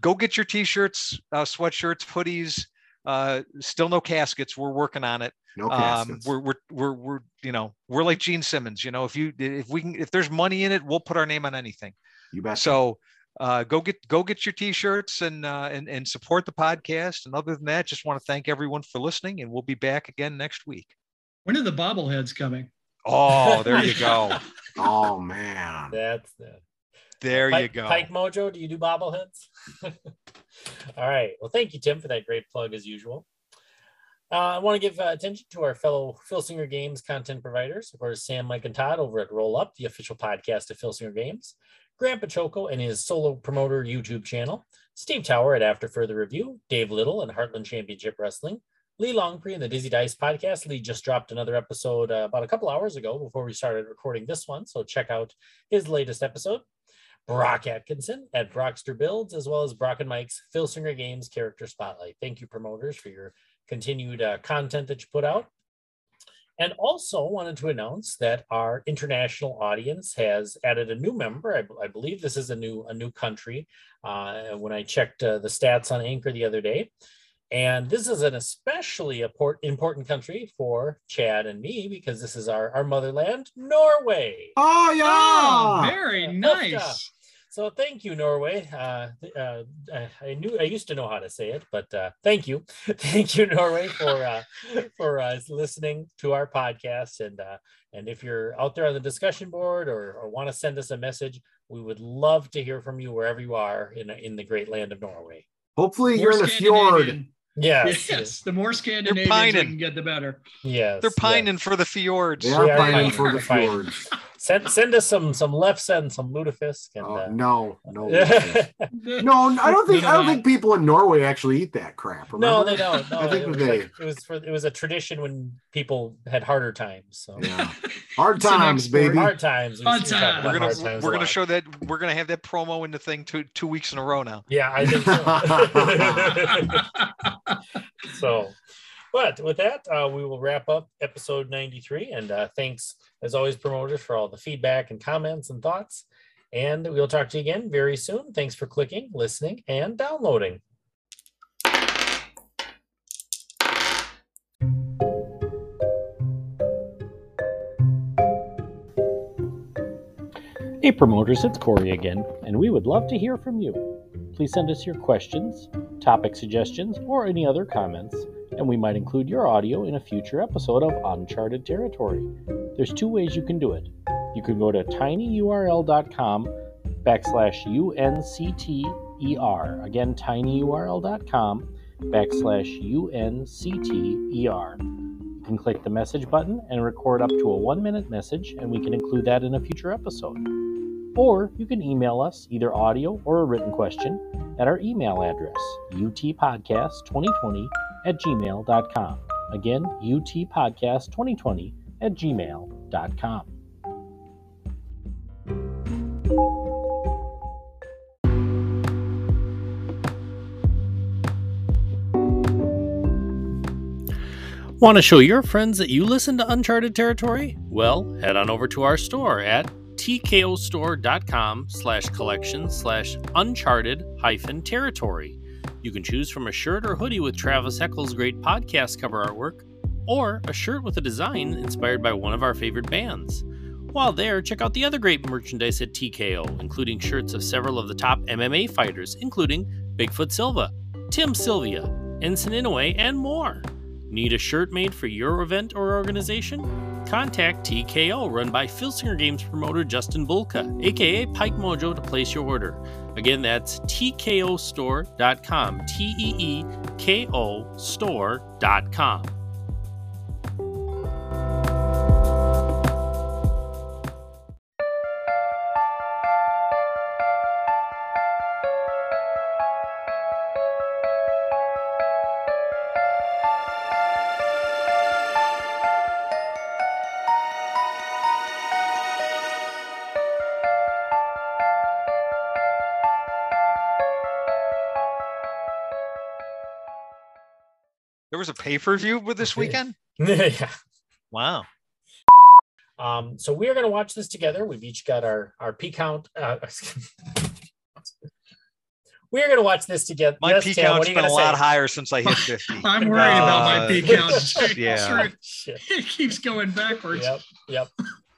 Speaker 5: go get your t-shirts, uh, sweatshirts, hoodies. Uh, still no caskets. We're working on it.
Speaker 4: No
Speaker 5: Um,
Speaker 4: caskets.
Speaker 5: we're, we're we're we're you know we're like Gene Simmons. You know, if you if we can if there's money in it, we'll put our name on anything.
Speaker 4: you bet.
Speaker 5: So uh, go get go get your t-shirts and uh, and and support the podcast. And other than that, just want to thank everyone for listening, and we'll be back again next week.
Speaker 3: When are the bobbleheads coming?
Speaker 5: Oh, there you go.
Speaker 4: oh man.
Speaker 2: That's the
Speaker 5: There you
Speaker 2: Pike,
Speaker 5: go.
Speaker 2: Pike Mojo, do you do bobbleheads? All right. Well, thank you, Tim, for that great plug as usual. Uh, I want to give uh, attention to our fellow Philsinger Games content providers, of course, Sam, Mike, and Todd over at Roll Up, the official podcast of Philsinger Games, Grant Pachoco and his solo promoter YouTube channel, Steve Tower at After Further Review, Dave Little and Heartland Championship Wrestling, Lee Longpre and the Dizzy Dice podcast. Lee just dropped another episode uh, about a couple hours ago before we started recording this one, so check out his latest episode. Brock Atkinson at Brockster Builds, as well as Brock and Mike's Philsinger Games Character Spotlight. Thank you, promoters, for your continued uh, content that you put out. And also wanted to announce that our international audience has added a new member. I, I believe this is a new a new country. Uh, when I checked uh, the stats on Anchor the other day, and this is an especially import, important country for Chad and me because this is our our motherland, Norway.
Speaker 4: Oh yeah.
Speaker 3: Oh, very
Speaker 2: Yeah.
Speaker 3: nice.
Speaker 2: Elfta.
Speaker 6: So thank you, Norway. Uh, th- uh, I- I knew I used to know how to say it, but uh, thank you, thank you, Norway, for uh, for uh, listening to our podcast. And uh, and if you're out there on the discussion board or, or want to send us a message, we would love to hear from you wherever you are in in the great land of Norway.
Speaker 4: Hopefully,
Speaker 3: More
Speaker 4: you're in the fjord.
Speaker 3: Scandinavian.
Speaker 6: Yes, yes,
Speaker 3: Yes, the more Scandinavians we
Speaker 5: pining.
Speaker 3: can get, the better.
Speaker 6: yes.
Speaker 5: They're pining for the fjords.
Speaker 4: They are
Speaker 6: We are
Speaker 4: pining
Speaker 6: pining.
Speaker 4: for the
Speaker 6: We're pining.
Speaker 4: fjords.
Speaker 6: Send send us some some Lefse and some Lutefisk and.
Speaker 4: Oh,
Speaker 6: uh,
Speaker 4: no, no,
Speaker 6: no,
Speaker 4: no. I don't think I don't
Speaker 3: No.
Speaker 4: think people in Norway actually eat that crap. Remember?
Speaker 6: they don't. No,
Speaker 4: I
Speaker 6: it,
Speaker 4: think
Speaker 6: was
Speaker 4: they.
Speaker 6: like- it was for it was a tradition when people had harder times. So
Speaker 4: Yeah. Hard
Speaker 3: It's an
Speaker 4: times,
Speaker 3: export.
Speaker 4: baby.
Speaker 6: hard times. we
Speaker 3: Hard
Speaker 6: should talk about
Speaker 5: We're
Speaker 6: hard
Speaker 5: gonna
Speaker 6: times
Speaker 5: we're
Speaker 6: a
Speaker 5: gonna
Speaker 6: lot.
Speaker 5: show that we're gonna have that promo in the thing two two weeks in a row now.
Speaker 6: Yeah, I think so. so, but with that, uh, we will wrap up episode 93. And uh, thanks, as always, promoters, for all the feedback and comments and thoughts. And we'll talk to you again very soon. Thanks for clicking, listening, and downloading.
Speaker 2: Hey promoters, it's Corey again, and we would love to hear from you. Please send us your questions, topic suggestions, or any other comments, and we might include your audio in a future episode of Uncharted Territory. There's two ways you can do it. You can go to tinyurl.com backslash UNCTER. E Again, tinyurl.com backslash UNCTER. E You can click the message button and record up to a one minute message, and we can include that in a future episode. Or you can email us either audio or a written question at our email address, utpodcast2020 at gmail.com. Again, utpodcast2020 at gmail.com. Want to show your friends that you listen to Uncharted Territory? Well, head on over to our store at tkostore.com slash collection slash uncharted hyphen territory. You can choose from a shirt or hoodie with Travis Heckle's great podcast cover artwork, or a shirt with a design inspired by one of our favorite bands. While there, check out the other great merchandise at TKO, including shirts of several of the top MMA fighters, including Bigfoot Silva, Tim Sylvia, Ensign Inouye, and more. Need a shirt made for your event or organization? Contact TKO, run by Filsinger Games promoter Justin Bulka, aka Pike Mojo, to place your order. Again, that's tkostore.com. T E E K O store.com.
Speaker 5: There was a pay per view with this
Speaker 6: Okay.
Speaker 5: weekend.
Speaker 6: yeah.
Speaker 5: Wow.
Speaker 6: Um, so we are going to watch this together. We've each got our our P count. Uh, we are going to watch this together.
Speaker 5: My
Speaker 6: Yes,
Speaker 5: peak
Speaker 6: Tam,
Speaker 5: count's
Speaker 6: what are you
Speaker 5: been a
Speaker 6: gonna
Speaker 5: lot
Speaker 6: say?
Speaker 5: higher since I hit 50.
Speaker 3: I'm worried about my
Speaker 5: Uh,
Speaker 3: peak count.
Speaker 5: yeah.
Speaker 3: Screw it.
Speaker 6: Shit.
Speaker 3: It keeps going backwards.
Speaker 6: Yep. Yep.